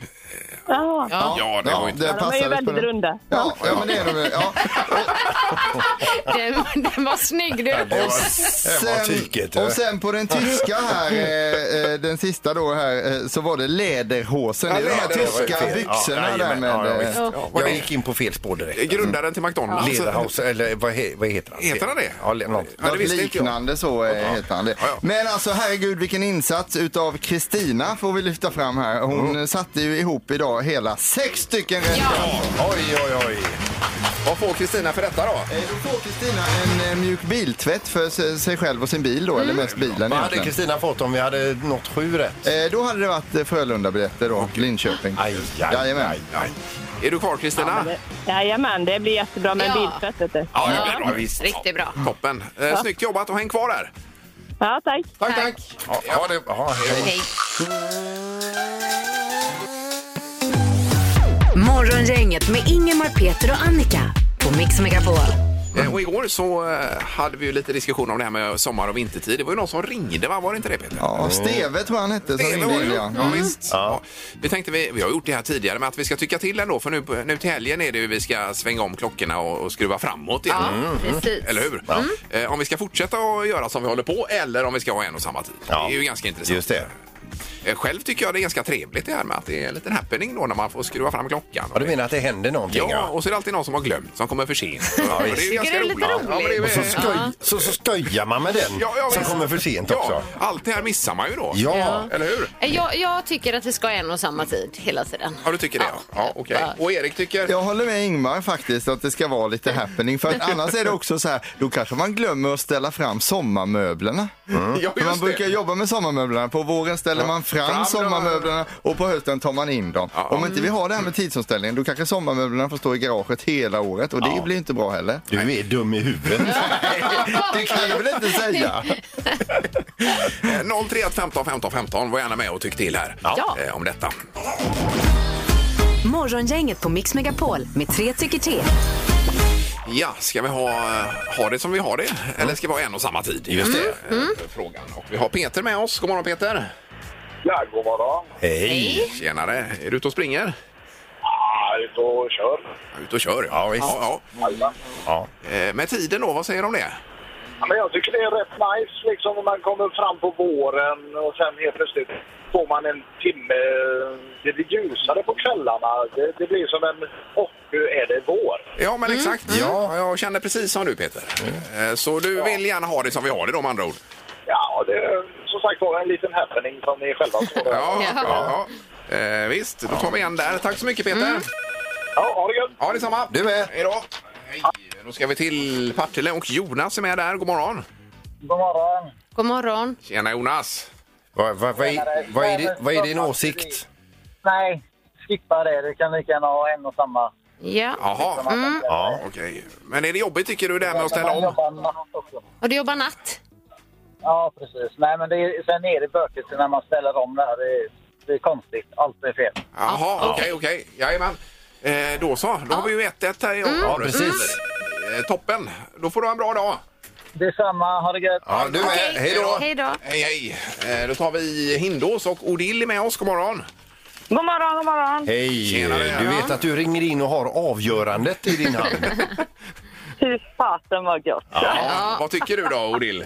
Speaker 6: Jaha. Ja,
Speaker 2: Ja, det var ju inte...
Speaker 5: det
Speaker 6: de är ju
Speaker 5: passade på
Speaker 6: väldigt
Speaker 5: den.
Speaker 6: runda.
Speaker 5: Ja, ja, men det är de ju. ja.
Speaker 4: Den, den var snygg du.
Speaker 3: Det var- det var tyket.
Speaker 5: sen, eh, och sen på den tyska här, eh, eh, den sista då här, eh, så var det läderhosen. det är de här
Speaker 2: läderhosen.
Speaker 5: tyska byxorna
Speaker 3: ja,
Speaker 5: där
Speaker 3: jajamän,
Speaker 5: med.
Speaker 3: ja, ja,
Speaker 5: eh,
Speaker 3: visst. Jag gick in på fel spår direkt.
Speaker 2: Grundaren till McDonalds.
Speaker 3: Lederhaus, eller vad, he, vad heter han?
Speaker 2: Heter han det?
Speaker 3: Ja, le- något.
Speaker 2: Ja, det
Speaker 5: Något
Speaker 2: visste inte jag.
Speaker 5: liknande så eh, heter han det.
Speaker 2: Ja, ja.
Speaker 5: Men alltså herregud vilken insats utav Kristina får vi lyfta fram här. Hon
Speaker 3: Mm.
Speaker 5: eh, satte ju ihop idag hela sex stycken rätt.
Speaker 4: Ja.
Speaker 3: Oj, oj, oj.
Speaker 2: Vad får Kristina för detta då?
Speaker 5: Eh, Då får Kristina en eh, mjuk biltvätt för se- sig själv och sin bil då, eller mest bilen
Speaker 3: Mm. Vad hade
Speaker 5: egentligen.
Speaker 3: Kristina fått om vi hade nått sju rätt?
Speaker 5: Eh, Då hade det varit eh, Frölunda-biljetter då, Linköping.
Speaker 3: Aj, aj,
Speaker 5: Jajamän.
Speaker 3: aj, aj.
Speaker 2: Är du kvar Kristina?
Speaker 6: Jajamän, det blir jättebra med
Speaker 4: Ja.
Speaker 6: ja. biltvätt. vet du.
Speaker 2: Ja, det blir bra. Visst.
Speaker 4: Riktigt bra.
Speaker 2: Toppen. Eh, snyggt jobbat och häng kvar där.
Speaker 6: Ja, tack.
Speaker 2: Tack,
Speaker 4: Tack.
Speaker 2: tack.
Speaker 3: Ja, ja, det, ja, hej.
Speaker 4: Hej.
Speaker 1: Morgongänget med Ingemar, Peter och Annika på Mix Megapol.
Speaker 2: Eh, Och igår så eh, hade vi ju lite diskussion om det här med sommar och vintertid. Det var ju någon som ringde, va? Var det inte det Peter?
Speaker 5: Ja, Steve tror jag han hette som
Speaker 2: Det
Speaker 5: ringde
Speaker 2: var
Speaker 5: in,
Speaker 2: ju-
Speaker 5: ja.
Speaker 3: Mm.
Speaker 2: ja, visst. Ja. Vi tänkte, vi, vi har gjort det här tidigare, men att vi ska tycka till ändå för nu, nu till helgen är det ju vi ska svänga om klockorna och, och skruva framåt igen.
Speaker 4: Ja, precis.
Speaker 2: Eller hur? Eh, om vi ska fortsätta att göra som vi håller på eller om vi ska ha en och samma tid.
Speaker 3: Ja.
Speaker 2: Det är ju ganska intressant.
Speaker 3: Just det.
Speaker 2: Eh, själv tycker jag det är ganska trevligt det här med att det är en liten happening då när man får skruva fram klockan.
Speaker 3: Ja, du menar att det händer någonting?
Speaker 2: Ja, och så är det alltid någon som har glömt, som kommer för sent. Ja, det är ju ganska
Speaker 4: det är lite
Speaker 2: roligt. Ja, men det är ju-
Speaker 3: Och så, skoj, så, så skojar man med den
Speaker 2: Ja, ja,
Speaker 3: som
Speaker 2: visst.
Speaker 3: kommer för sent
Speaker 2: ja,
Speaker 3: också.
Speaker 2: Allt det här missar man ju då.
Speaker 3: Ja.
Speaker 2: Eller hur?
Speaker 4: Eh, Jag, jag tycker att vi ska ha en och samma tid hela tiden.
Speaker 2: Ja, du tycker det? Ja, ja okej. Och Erik tycker?
Speaker 5: Jag håller med Ingmar faktiskt att det ska vara lite happening. För att annars är det också så här, då kanske man glömmer att ställa fram sommarmöblerna.
Speaker 2: Ja,
Speaker 5: För man
Speaker 2: just
Speaker 5: brukar
Speaker 2: det.
Speaker 5: jobba med sommarmöblerna. På våren ställer man fram,
Speaker 2: Fram dem.
Speaker 5: sommarmöblerna och på hösten tar man in dem.
Speaker 2: Ja.
Speaker 5: Om inte vi har det här med tidsomställningen då kanske sommarmöblerna får stå i garaget hela året och det blir inte bra heller.
Speaker 3: Du är dum i huvudet.
Speaker 5: Det kan jag väl inte säga?
Speaker 2: 031 15 15 15. Var gärna med och tyck till här
Speaker 4: Ja.
Speaker 2: eh, om detta.
Speaker 1: Morgongänget på Mix Megapol med tre tycker till.
Speaker 2: Ja, ska vi ha, ha det som vi har det? Eller ska vi ha en och samma tid? Just det. Frågan. Och vi har Peter med oss. God morgon Peter!
Speaker 9: Ja, god morgon.
Speaker 3: Hej!
Speaker 2: Tjenare! Är du ute och springer?
Speaker 9: Ja, ut och kör.
Speaker 2: Ja, Ut och kör. Ja, visst. Ja,
Speaker 9: Jajamän.
Speaker 2: ja. Eh, Med tiden då, vad säger du om det?
Speaker 9: Ja, Men jag tycker det är rätt nice liksom när man kommer fram på våren och sen helt plötsligt får man en timme. Det blir ljusare på kvällarna. Det, det blir som en och nu är det vår.
Speaker 2: Ja,
Speaker 5: Mm.
Speaker 2: men exakt. Mm. Ja, jag känner precis som du Peter. Eh, Så du vill gärna ha det som vi har det då med andra ord?
Speaker 9: Ja, det är som sagt var en liten happening som ni själva såg.
Speaker 2: Ja,
Speaker 4: Ja.
Speaker 2: ja. ja. Eh, visst, då tar vi en där. Tack så mycket Peter!
Speaker 9: ja, ha det gött!
Speaker 2: Ja, detsamma.
Speaker 3: Du med.
Speaker 2: Hej då. Hej. Då ska vi till Partille och Jonas är med där. God morgon.
Speaker 9: God morgon!
Speaker 4: God morgon.
Speaker 2: Tjena Jonas.
Speaker 3: Vad, vad, vad, är- vad, är, din- vad är din åsikt?
Speaker 9: Nej, skippa det. Du kan lika gärna ha en och samma.
Speaker 4: Ja.
Speaker 2: Jaha.
Speaker 9: Mm.
Speaker 2: Ja, okej. Men är det jobbigt tycker du det här med att ställa om?
Speaker 4: Och du jobbar natt?
Speaker 9: Ja, precis. Nej, men det är, sen är det bökigt när man ställer om det här. Det är, det är konstigt. Allt är fel.
Speaker 2: Jaha, okej, okej. Jajamän. Eh, då så, då har vi ju 1-1 här i
Speaker 3: Ja,
Speaker 9: Mm.
Speaker 2: omgången.
Speaker 3: precis.
Speaker 2: Eh, Toppen. Då får du ha en bra dag.
Speaker 9: Detsamma. Ha det gött.
Speaker 3: Ja, du med.
Speaker 4: Okej.
Speaker 3: Hej då!
Speaker 4: Hej då.
Speaker 2: Hej, hej. Eh, då tar vi Hindås och Odil är med oss. God morgon.
Speaker 10: God morgon, god morgon.
Speaker 3: Hej! Du vet att du ringer in och har avgörandet i din hand.
Speaker 10: Fy fasen vad gott.
Speaker 2: Ja, vad tycker du då, Odil?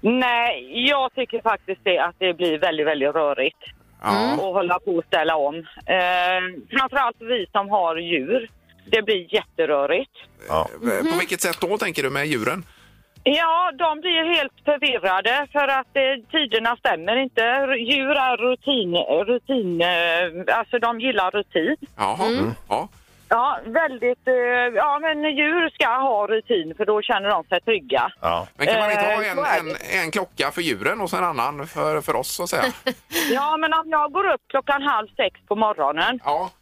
Speaker 10: Nej, jag tycker faktiskt det att det blir väldigt, väldigt rörigt.
Speaker 2: Ja.
Speaker 10: Och hålla på och ställa om. Eh, framförallt vi som har djur. Det blir jätterörigt.
Speaker 2: Eh,
Speaker 9: Mhm.
Speaker 2: På vilket sätt då, tänker du, med djuren?
Speaker 10: Ja, de blir helt förvirrade för att eh, tiderna stämmer inte. R- Djur är rutin, rutin eh, alltså de gillar rutin. Mm.
Speaker 2: Jaha. Ja. Mm.
Speaker 10: Ja, väldigt, eh, ja men djur ska ha rutin för då känner de sig trygga.
Speaker 2: Men kan man inte ha
Speaker 10: Eh,
Speaker 2: en,
Speaker 10: så är
Speaker 2: en, en klocka för djuren och sen en annan för, för oss, så att säga?
Speaker 10: Ja, men om jag går upp klockan halv sex på morgonen.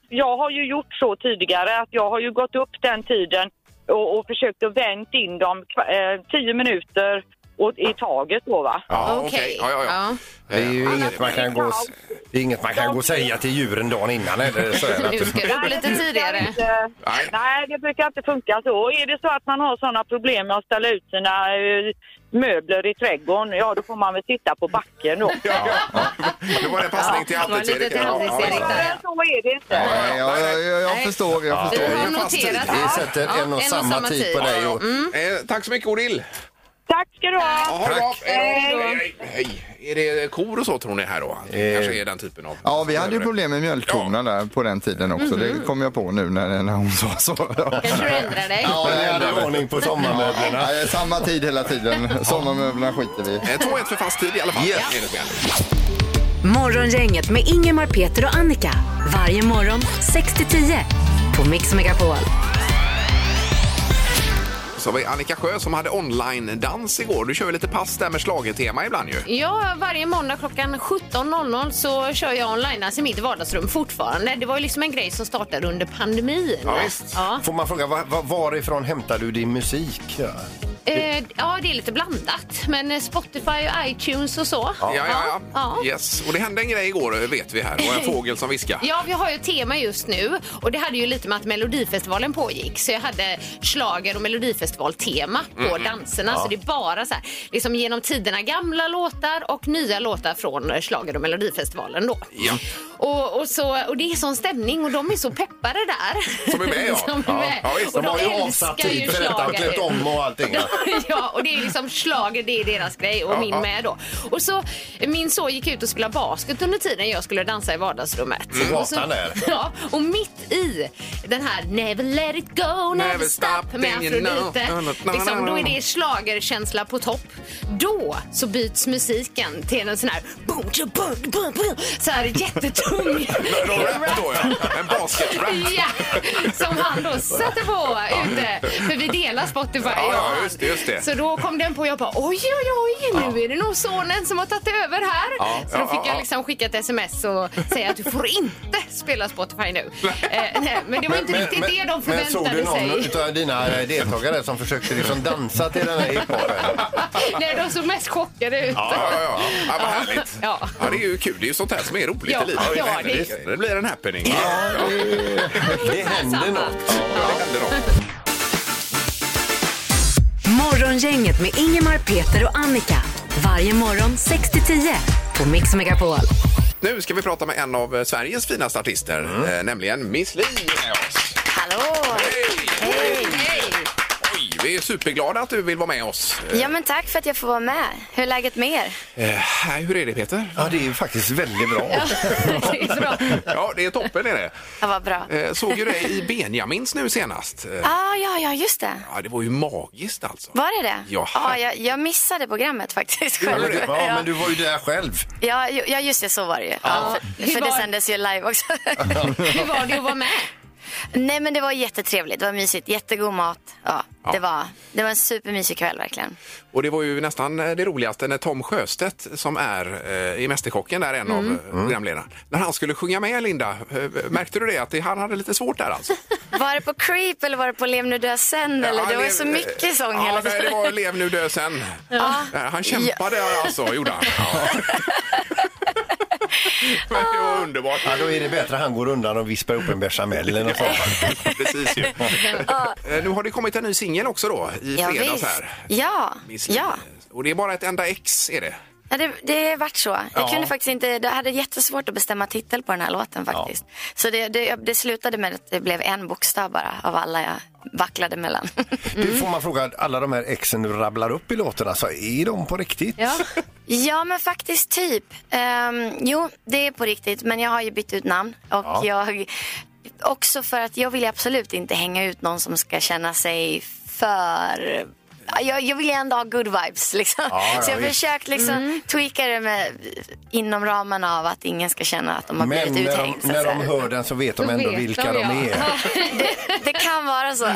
Speaker 10: Jag har ju gjort så tidigare att jag har ju gått upp den tiden och, och försökt att vänt in dem kva- eh, tio minuter åt, i taget då va.
Speaker 3: Ja, okej. Ja, ja, ja. Det är ju inget man kan gå, det är inget man kan gå och säga till djuren dagen innan. Eller så är det
Speaker 4: Nu ska
Speaker 3: naturligtvis.
Speaker 4: du upp lite tidigare.
Speaker 10: Nej. Nej, det brukar inte funka så. Och Är det så att man har sådana problem med att ställa ut sina eh, möbler i trädgården, ja då får man väl titta på backen då.
Speaker 2: Nu var det passning till halvtids-Erik. Ja, ja, visst.
Speaker 10: Så är det inte.
Speaker 5: Nej, jag, jag, jag, jag förstår. Jag
Speaker 2: Ja,
Speaker 5: förstår.
Speaker 2: vi har
Speaker 5: Ingen fast tid.
Speaker 2: noterat det. Vi sätter Ja, en och en och samma samma tid tid. på dig och- Eh, tack så mycket, Odil.
Speaker 10: Tack ska du ha.
Speaker 2: Ha det bra. Hej då. Hej, hej. Är det kor och så tror ni här då? Det kanske är den typen av...
Speaker 5: Ja, vi hade ju problem med mjölkkorna där på den tiden också.
Speaker 2: Mhm.
Speaker 5: Det kom jag på nu när, när hon sa så.
Speaker 4: Kanske du ändrar dig?
Speaker 5: Ja, det hade
Speaker 3: ordning på
Speaker 5: sommarmöblerna. Ja, det är samma tid hela tiden. Sommarmöblerna skiter vi i.
Speaker 2: 2-1 för fast tid i alla fall.
Speaker 5: Yes.
Speaker 2: enligt mig.
Speaker 1: Morgongänget med Ingemar, Peter och Annika. Varje morgon 6 till 10 på Mix Megapol.
Speaker 2: Så har vi Annika Sjö som hade online-dans igår. Du kör ju lite pass där med schlagertema ibland ju.
Speaker 4: Ja, varje måndag klockan 17.00 så kör jag online alltså i mitt vardagsrum fortfarande. Det var ju liksom en grej som startade under pandemin.
Speaker 3: Ja, visst.
Speaker 4: Ja.
Speaker 3: Får man fråga, var, var, varifrån hämtar du din musik?
Speaker 4: Eh, ja, det är lite blandat. Men eh, Spotify och iTunes och så.
Speaker 2: Ja, ja, ja.
Speaker 4: Ja.
Speaker 2: Yes. Och det hände en grej igår vet vi här. Det var en fågel som viskade.
Speaker 4: Ja, vi har ju ett tema just nu och det hade ju lite med att Melodifestivalen pågick så jag hade slager och Melodifestival-tema på
Speaker 3: Mm-hmm.
Speaker 2: Mm.
Speaker 4: danserna.
Speaker 2: Ja.
Speaker 4: Så det är bara så här, liksom genom tiderna gamla låtar och nya låtar från slager och Melodifestivalen då.
Speaker 2: Ja.
Speaker 4: Och, och, så, och det är sån stämning och de är så peppade där.
Speaker 3: Som är med, ja.
Speaker 4: Som är med.
Speaker 3: Ja, ja, visst.
Speaker 4: och
Speaker 3: De har ju avsatt
Speaker 4: älskar
Speaker 3: tid för detta och
Speaker 4: schlager.
Speaker 3: klätt om och allting, ja.
Speaker 4: ja, och det är liksom slager, det är deras grej och
Speaker 3: Ja,
Speaker 4: min
Speaker 3: ja.
Speaker 4: med då. Och så, min son gick ut och spelade basket under tiden jag skulle dansa i vardagsrummet.
Speaker 3: Mm.
Speaker 4: Och så-
Speaker 3: Gatan där.
Speaker 4: Ja, och mitt i den här Never let it go, never,
Speaker 3: Never
Speaker 4: stop
Speaker 3: stop,
Speaker 4: med
Speaker 3: then you know.
Speaker 4: Afrodite.
Speaker 3: No, no, no,
Speaker 4: Liksom,
Speaker 3: no,
Speaker 4: då
Speaker 3: no.
Speaker 4: är det schlagerkänsla på topp. Då så byts musiken till en sån här boom, tja, boom, boom, boom, så här jättetung
Speaker 2: Rap då ja. En basketrap.
Speaker 4: Ja, som han då satte på
Speaker 2: Ja.
Speaker 4: ute. För vi delar Spotify.
Speaker 2: Ja,
Speaker 4: jag och
Speaker 2: ja,
Speaker 4: han.
Speaker 2: just det, just det.
Speaker 4: Så då kom den på och jag bara oj, oj, oj, nu är det nog sonen som har tagit över här.
Speaker 2: Ja,
Speaker 4: så då
Speaker 2: ja,
Speaker 4: fick
Speaker 2: ja,
Speaker 4: jag liksom skicka ett sms och säga att du får inte spela Spotify nu. Eh, nej, men det var inte riktigt det de
Speaker 3: men såg
Speaker 4: förväntade
Speaker 3: du någon
Speaker 4: sig.
Speaker 3: utav dina eh, deltagare som försökte liksom dansa till den här hiphopen?
Speaker 4: Nej, de såg mest chockade ut.
Speaker 2: Ja, ja, ja. ja vad härligt.
Speaker 4: Ja.
Speaker 2: Ja, det är ju kul. Det är ju sånt här som är roligt
Speaker 4: Ja,
Speaker 2: i livet.
Speaker 4: ja,
Speaker 2: det,
Speaker 4: det
Speaker 2: händer. det blir en happening. Ja,
Speaker 3: det händer något.
Speaker 2: det händer något.
Speaker 1: Morgongänget med Ingemar, Peter och Annika. Varje morgon 6 till 10 på Mix Megapol.
Speaker 2: Nu ska vi prata med en av eh, Sveriges finaste artister,
Speaker 3: Mm.
Speaker 2: eh, nämligen Miss Li med oss.
Speaker 11: Hallå! Hej!
Speaker 2: Oj, vi är superglada att du vill vara med oss.
Speaker 11: Ja men tack för att jag får vara med. Hur är läget med er?
Speaker 2: Eh, hur är det Peter?
Speaker 3: Ja, det är ju faktiskt väldigt bra.
Speaker 11: det är bra.
Speaker 2: ja, det är toppen är det.
Speaker 11: Ja, vad bra.
Speaker 2: Eh, såg ju dig i Benjamins nu senast. Eh,
Speaker 11: Ah, ja, ja, just det.
Speaker 2: Ja, det var ju magiskt alltså.
Speaker 11: Var det det?
Speaker 2: Ja.
Speaker 11: Ah, jag, jag missade programmet faktiskt
Speaker 3: Ja,
Speaker 11: själv.
Speaker 3: men- ja, men du var ju där själv.
Speaker 11: Ja, ju- ja, just det, så var det ju.
Speaker 3: Ja.
Speaker 11: Ja. För,
Speaker 3: Hur
Speaker 11: för det
Speaker 3: var-
Speaker 11: sändes ju live också.
Speaker 4: Hur var det att vara med?
Speaker 11: Nej, men det var jättetrevligt. Det var mysigt. Jättegod mat. Ja,
Speaker 2: Ja.
Speaker 11: Det, var, det var en supermysig kväll verkligen.
Speaker 2: Och det var ju nästan eh, det roligaste när Tom Sjöstedt som är eh, i Mästerkocken där, en
Speaker 11: Mm.
Speaker 2: av eh, programledarna, när han skulle sjunga med Linda, eh, märkte du det att det, han hade lite svårt där alltså?
Speaker 11: Var det på Creep eller var det på Lev nu dö sen? Eller?
Speaker 2: Ja,
Speaker 11: Det var ju
Speaker 2: lev-
Speaker 11: så mycket sång
Speaker 2: ja,
Speaker 11: hela
Speaker 2: nej,
Speaker 11: tiden. Ah.
Speaker 2: det var Lev nu dö sen.
Speaker 11: Ja.
Speaker 2: Eh, Han kämpade alltså, gjorde han. Ja. Men det var underbart.
Speaker 3: Ja, då är det bättre att han går undan och vispar upp en bechamel eller något sånt.
Speaker 2: Precis ju. Eh, Nu har det kommit en ny singel också då i
Speaker 11: Ja,
Speaker 2: fredags
Speaker 11: visst.
Speaker 2: här.
Speaker 11: Ja,
Speaker 2: Miss Li.
Speaker 11: ja.
Speaker 2: Och det är bara ett enda ex är det.
Speaker 11: Ja, det, det har varit så. Jag
Speaker 3: Ja.
Speaker 11: kunde faktiskt inte, jag hade jättesvårt att bestämma titel på den här låten faktiskt. Så det, det, det slutade med att det blev en bokstav bara av alla jag vacklade mellan.
Speaker 3: Du
Speaker 11: Mm.
Speaker 3: får man fråga, alla de här exen du rabblar upp i låten, alltså, är de på riktigt?
Speaker 11: Ja. ja, men faktiskt typ. Ehm, jo, det är på riktigt, men jag har ju bytt ut namn. Och
Speaker 3: Ja.
Speaker 11: jag, också för att jag vill ju absolut inte hänga ut någon som ska känna sig för... Ja, Jag, jag vill ju ändå ha good vibes. Liksom.
Speaker 12: Ja, ja,
Speaker 11: så jag har
Speaker 12: visst.
Speaker 11: försökt liksom, tweaka det med, inom ramen av att ingen ska känna att de har
Speaker 3: Men
Speaker 11: blivit
Speaker 3: när de,
Speaker 11: uthängd. så att
Speaker 3: när de
Speaker 11: säga.
Speaker 3: hör den så vet de
Speaker 11: Då
Speaker 3: ändå
Speaker 11: vet
Speaker 3: vilka de,
Speaker 11: de, ja.
Speaker 3: är.
Speaker 11: det, det kan vara så.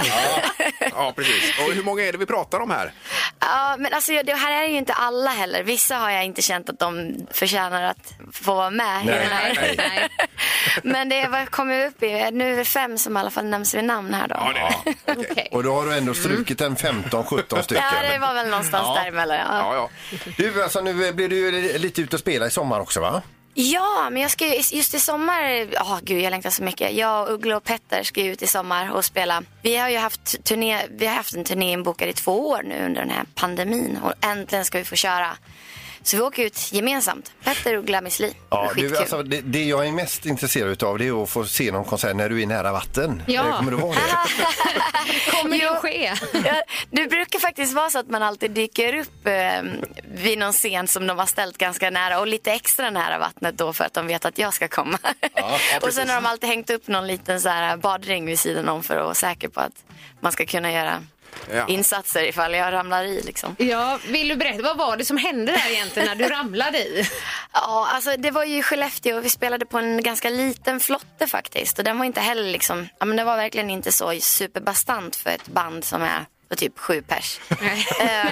Speaker 2: Ja, precis. Och hur många är det vi pratar om här?
Speaker 11: Ja, men alltså jag- det här är ju inte alla heller. Vissa har jag inte känt att de förtjänar att få vara med. i
Speaker 2: Nej,
Speaker 11: den här.
Speaker 2: nej,
Speaker 11: men det är vad jag kommer upp i. Nu är det fem som i alla fall nämns vid namn här då. Ja,
Speaker 3: det, Och då har du ändå strukit en 15-17 stycken.
Speaker 11: var väl någonstans
Speaker 3: Ja.
Speaker 11: däremellan. Ja.
Speaker 3: Ja, ja. Du, alltså, nu blir du ju lite ute och spela i sommar också va?
Speaker 11: Ja, men jag ska ju, just i sommar, åh gud jag längtar så mycket. Jag och Uggla och Petter ska ju ut i sommar och spela. Vi har ju haft, turné, vi har haft en turné inbokad i två år nu under den här pandemin och äntligen ska vi få köra. Så vi åker ut gemensamt, Petter, Uggla, Miss Li.
Speaker 3: Ja,
Speaker 11: Skitkul.
Speaker 3: du, alltså, det, det jag är mest intresserad av det är att få se någon konsert när du är nära vatten.
Speaker 11: Ja.
Speaker 3: Eh, Kommer du vara det?
Speaker 11: kommer det ske? det brukar faktiskt vara så att man alltid dyker upp eh, vid någon scen som de har ställt ganska nära och lite extra nära vattnet då för att de vet att jag ska komma. och sen har de alltid hängt upp någon liten så här badring vid sidan om för att vara säker på att man ska kunna göra
Speaker 4: Ja.
Speaker 11: insatser ifall jag ramlar i liksom.
Speaker 4: Ja, vill du berätta, vad var det som hände där egentligen när du ramlade i?
Speaker 11: Ja, alltså det var ju i Skellefteå och vi spelade på en ganska liten flotte faktiskt. Och den var inte heller liksom, ja men det var verkligen inte så superbastant för ett band som är på typ sju pers. Eh,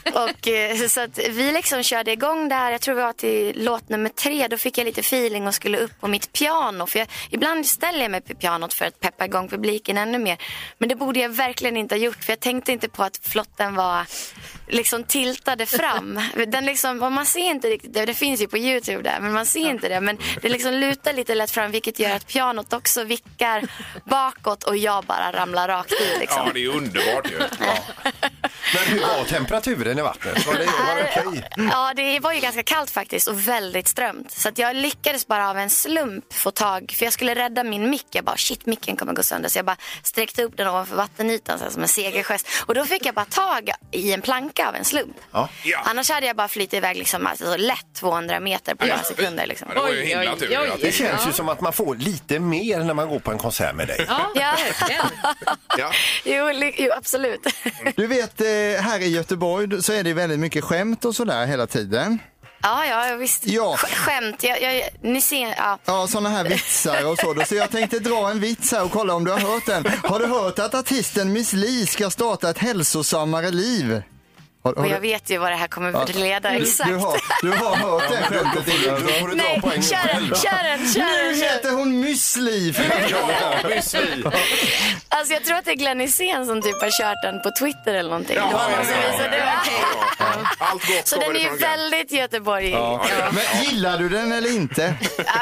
Speaker 11: och eh, så att vi liksom körde igång där, jag tror vi var till låt nummer tre, då fick jag lite feeling och skulle upp på mitt piano. För jag, ibland ställer jag mig på pianot för att peppa igång publiken ännu mer. Men det borde jag verkligen inte ha gjort för jag tänkte inte på att flotten var liksom tiltade fram. Den liksom, och man ser inte riktigt det, det finns ju på Youtube där, men man ser inte det. Men det liksom lutar lite lätt fram vilket gör att pianot också vickar bakåt och jag bara ramlar rakt i. Liksom.
Speaker 2: Ja, det är ju underbart ju.
Speaker 3: Men hur var temperaturen i vattnet? Var det, var det okej?
Speaker 11: Ja, det var ju ganska kallt faktiskt och väldigt strömt. Så att jag lyckades bara av en slump få tag, för jag skulle rädda min mick. Jag bara shit, micken kommer gå sönder. Så jag bara sträckte upp den ovanför vattenytan så här, som en segergest. Och då fick jag bara tag i en planka av en slump.
Speaker 3: Ja.
Speaker 11: Annars hade jag bara flyttit iväg liksom, alltså, så lätt 200 meter på några sekunder. Liksom.
Speaker 3: Det känns ju som att man får lite mer när man går på en konsert med dig.
Speaker 11: Ja,
Speaker 2: ja.
Speaker 11: jo, li- jo, absolut.
Speaker 5: Du vet, eh, här i Göteborg så är det väldigt mycket skämt och sådär hela tiden.
Speaker 11: Ja, ja, visst.
Speaker 5: Ja.
Speaker 11: Sk- Skämt. Jag, jag, ni ser, ja.
Speaker 5: Ja, sådana här vitsar och så. då. Så jag tänkte dra en vits här och kolla om du har hört den. Har du hört att artisten Miss Li ska starta ett hälsosammare liv? Har, har
Speaker 11: Och
Speaker 5: du-
Speaker 11: jag vet ju vad det här kommer att
Speaker 5: Ja.
Speaker 11: leda.
Speaker 5: Du-
Speaker 11: Exakt.
Speaker 5: Du har, du har hört det skämtet innan.
Speaker 3: Då får du
Speaker 11: Nej, kör den, kör den, kör
Speaker 5: Nu
Speaker 11: den. kör
Speaker 5: heter hon Miss Li.
Speaker 2: Ja, Miss Li.
Speaker 11: Alltså jag tror att det är Glenn Hysén som typ har kört den på Twitter eller någonting. det var någon som visade det.
Speaker 2: Allt gott
Speaker 11: Så den är ju väldigt Göteborg. Ja.
Speaker 5: Ja. Men gillar du den eller inte?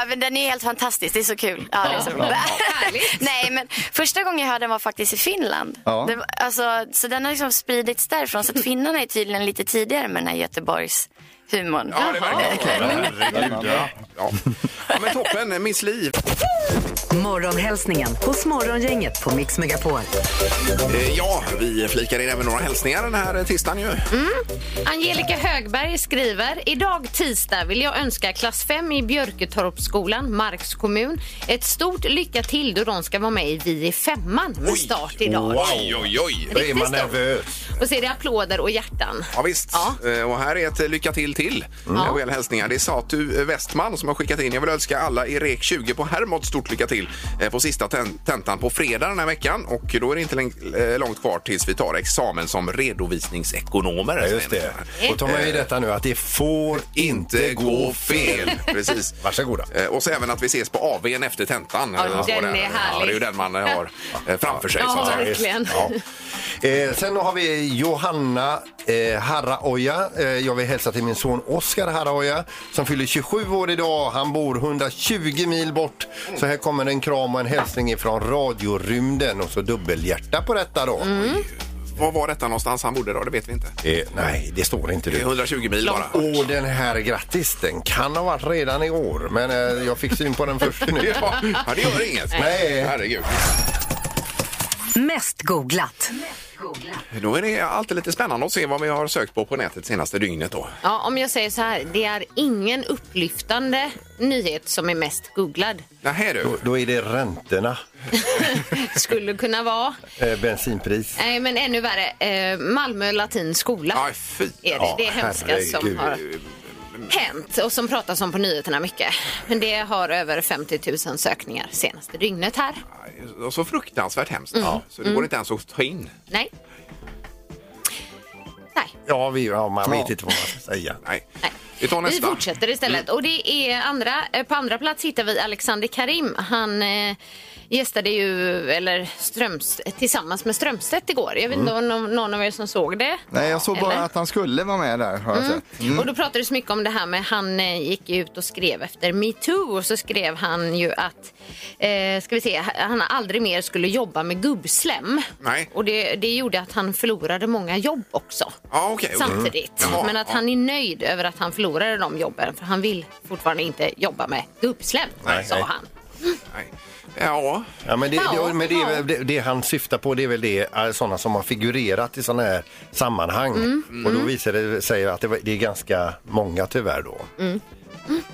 Speaker 11: men den är ju helt fantastisk, det är så kul. Ja, det är så
Speaker 5: Ja.
Speaker 11: roligt. Nej, men första gången jag hörde den var faktiskt i Finland.
Speaker 5: Ja.
Speaker 11: Det var, alltså, så den har liksom spridits därifrån. Så att finnarna är tydligen lite tidigare med den här Göteborgs humorn.
Speaker 2: Ja, det verkar så. Herregud, ja. Ja. ja, men toppen. Miss Li.
Speaker 1: Morgonhälsningen hos Morgongänget på Mix Megapol.
Speaker 2: Eh, Ja, vi flikar in även några hälsningar den här eh, tisdagen ju.
Speaker 4: Angelica Högberg skriver Idag tisdag vill jag önska klass 5 i Björketorpsskolan, Marks kommun, ett stort lycka till då de ska vara med i Vi i femman med start idag.
Speaker 2: Oj, oj, oj.
Speaker 4: Då är man
Speaker 3: nervös.
Speaker 4: Och så är det applåder och hjärtan.
Speaker 2: Ja, visst. Eh, Och här är ett eh, lycka till till. Mm. Och hela hälsningar. Det är Satu eh, Westman som har skickat in. Jag vill önska alla i REK 20 på Hermod stort lycka till eh, på sista ten- tentan på fredag den här veckan. Och då är det inte läng- eh, långt kvar tills vi tar examen som redovisningsekonomer. Eh,
Speaker 3: Ja, just det. Och tar man ju detta nu att det får inte gå fel.
Speaker 2: Precis.
Speaker 3: Varsågoda.
Speaker 2: Eh, Och så även att vi ses på AVn efter tentan.
Speaker 4: Ja,
Speaker 2: Eller vad
Speaker 4: den
Speaker 2: det
Speaker 4: är härlig.
Speaker 2: Ja, det är ju den man eh, har eh, framför sig. så
Speaker 4: Ja,
Speaker 2: att säga.
Speaker 4: verkligen.
Speaker 2: Ja.
Speaker 3: Eh, sen har vi Johanna eh, Haraoja. Eh, jag vill hälsa till min son Oskar Haraoja som fyller 27 år idag. Han bor 120 mil bort. Så här
Speaker 4: Mm.
Speaker 3: kommer en kram och en hälsning ifrån radiorymden och så dubbelhjärta på detta då.
Speaker 2: Var var detta någonstans han bodde då? Det vet vi inte.
Speaker 3: Eh, nej, det står inte.
Speaker 2: Det är 120 mil bara.
Speaker 3: Och den här, grattis, den kan ha varit redan i år, men eh, jag fick syn på den först nu.
Speaker 2: Ja, ja, det gör inget.
Speaker 3: Nej.
Speaker 2: Herregud.
Speaker 1: Mest googlat.
Speaker 2: Då är det alltid lite spännande att se vad vi har sökt på på nätet senaste dygnet då.
Speaker 4: Ja, om jag säger så här, det är ingen upplyftande nyhet som är mest googlad.
Speaker 2: Nähä du.
Speaker 3: Då, då är det räntorna,
Speaker 4: Skulle kunna vara.
Speaker 3: eh, bensinpris.
Speaker 4: Nej, men ännu värre. Eh, Malmö latin skola.
Speaker 3: Aj,
Speaker 2: fy.
Speaker 4: Är det. det är hemska som har hänt och som pratas om på nyheterna mycket. Men det har över 50 000 sökningar senaste dygnet här.
Speaker 2: Och så fruktansvärt hemskt.
Speaker 4: Mm.
Speaker 2: Så det går
Speaker 4: Mm.
Speaker 2: inte ens att ta in.
Speaker 4: Nej.
Speaker 3: Ja, vi, ja man vet inte vad man ska säga.
Speaker 2: Nej. Vi tar
Speaker 4: Vi fortsätter istället.
Speaker 5: Mm.
Speaker 4: Och det är andra, eh, på andra plats hittar vi Alexander Karim. Han eh, gästade ju, eller Ströms, tillsammans med Strömstedt igår. Jag vet inte
Speaker 5: Mm.
Speaker 4: om någon, någon av er som såg det?
Speaker 5: Nej, jag såg bara
Speaker 4: Eller?
Speaker 5: att han skulle vara med där har jag
Speaker 4: Mm.
Speaker 5: sett. Mm.
Speaker 4: Och då pratades mycket om det här med han eh, gick ju ut och skrev efter metoo och så skrev han ju att, eh, ska vi se, han aldrig mer skulle jobba med gubbslem.
Speaker 2: Nej.
Speaker 4: Och det, det gjorde att han förlorade många jobb också.
Speaker 2: Ja, okej, okej.
Speaker 4: Samtidigt.
Speaker 2: Mm. Jaha,
Speaker 4: Men att
Speaker 2: ja.
Speaker 4: han är nöjd över att han förlorade de jobben för han vill fortfarande inte jobba med gubbslem,
Speaker 3: Nej,
Speaker 4: sa
Speaker 3: nej.
Speaker 4: han.
Speaker 2: Ja.
Speaker 3: Ja, men det,
Speaker 4: Ja,
Speaker 3: det, men det, är väl- det, det han syftar på det är väl det, eh, sådana som har figurerat i sådana här sammanhang.
Speaker 4: Mm.
Speaker 3: Och då
Speaker 4: Mm.
Speaker 3: visar det sig att det, var- det är ganska många tyvärr då.
Speaker 4: Mm.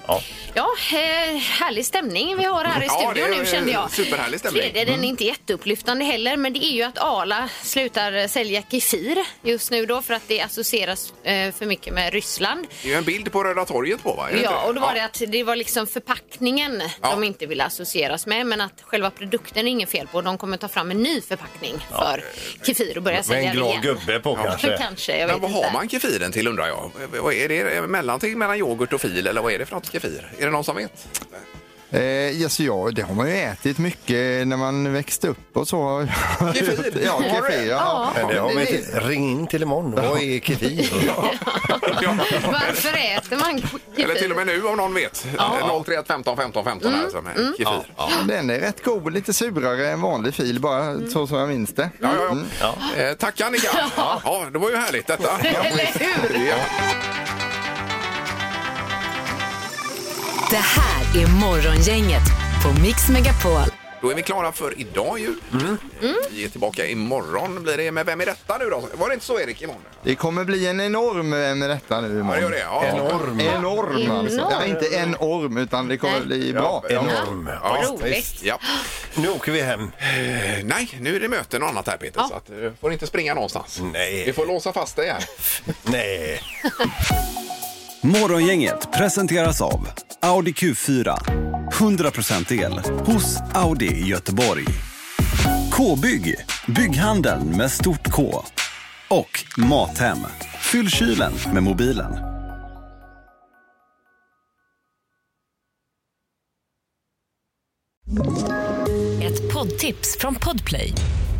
Speaker 3: Ja.
Speaker 4: Ja, eh, härlig stämning vi har här i
Speaker 3: Ja,
Speaker 4: studion
Speaker 3: det är,
Speaker 4: nu kände jag.
Speaker 2: superhärlig stämning.
Speaker 4: Tredje, den är
Speaker 2: Mm.
Speaker 4: inte jätteupplyftande heller, men det är ju att Arla slutar sälja Kefir just nu då för att det associeras eh, för mycket med Ryssland.
Speaker 2: Det är ju en bild på Röda torget på va? Är det inte
Speaker 4: Ja, och då var det att det var liksom förpackningen
Speaker 2: Ja.
Speaker 4: de inte ville associeras med, men att själva produkten är inget fel på. De kommer ta fram en ny förpackning
Speaker 2: Ja.
Speaker 4: för Kefir och börja sälja det igen.
Speaker 3: gubbe på
Speaker 4: kanske. Kanske, jag vet
Speaker 2: Men vad
Speaker 4: inte.
Speaker 2: har man kefiren till undrar jag? Vad är det? Är det mellanting mellan yoghurt och fil eller vad är det för något kefir? Är det någon som vet?
Speaker 5: Eh, yes, ja, det har man ju ätit mycket när man växte upp och så. Kefir? ja, kefir. Ja.
Speaker 3: Men det har vi inte- ring in till imorgon. Vad är kefir?
Speaker 4: Varför äter man Kefir?
Speaker 2: Eller till och med nu om någon vet. 031 15 15 15
Speaker 4: Mm.
Speaker 2: här som är kefir.
Speaker 5: Den är rätt god, lite surare än vanlig fil bara
Speaker 4: Mm.
Speaker 5: så som jag minns det. Mm.
Speaker 2: Ja, ja, ja. Eh, tack Annika! Ja. det var ju härligt detta.
Speaker 5: Eller
Speaker 2: hur?
Speaker 1: Det här är Morgongänget på Mix Megapol.
Speaker 2: Då är vi klara för idag ju.
Speaker 4: Mm.
Speaker 2: Vi är tillbaka imorgon blir det. Men vem är detta nu då? Var det inte så Erik imorgon?
Speaker 5: Det kommer bli en enorm eh, med detta nu imorgon.
Speaker 2: Ja, gör det, ja.
Speaker 5: Enorm. Enorm alltså.
Speaker 2: Enorm.
Speaker 5: Ja, inte en orm utan det kommer bli bra.
Speaker 3: Ja, enorm.
Speaker 2: Ja,
Speaker 3: Ja,
Speaker 2: visst.
Speaker 3: visst.
Speaker 2: Ja.
Speaker 3: Nu åker vi hem.
Speaker 2: Eh, Nej, nu är det möten och annat här Peter. Så att du får inte springa någonstans.
Speaker 3: Nej.
Speaker 2: Vi får låsa fast dig här.
Speaker 3: Nej.
Speaker 12: Morgongänget presenteras av Audi Q4. 100% el hos Audi i Göteborg. K-bygg, bygghandeln med stort K. Och Mathem, fyll kylen med mobilen.
Speaker 13: Ett poddtips från Podplay.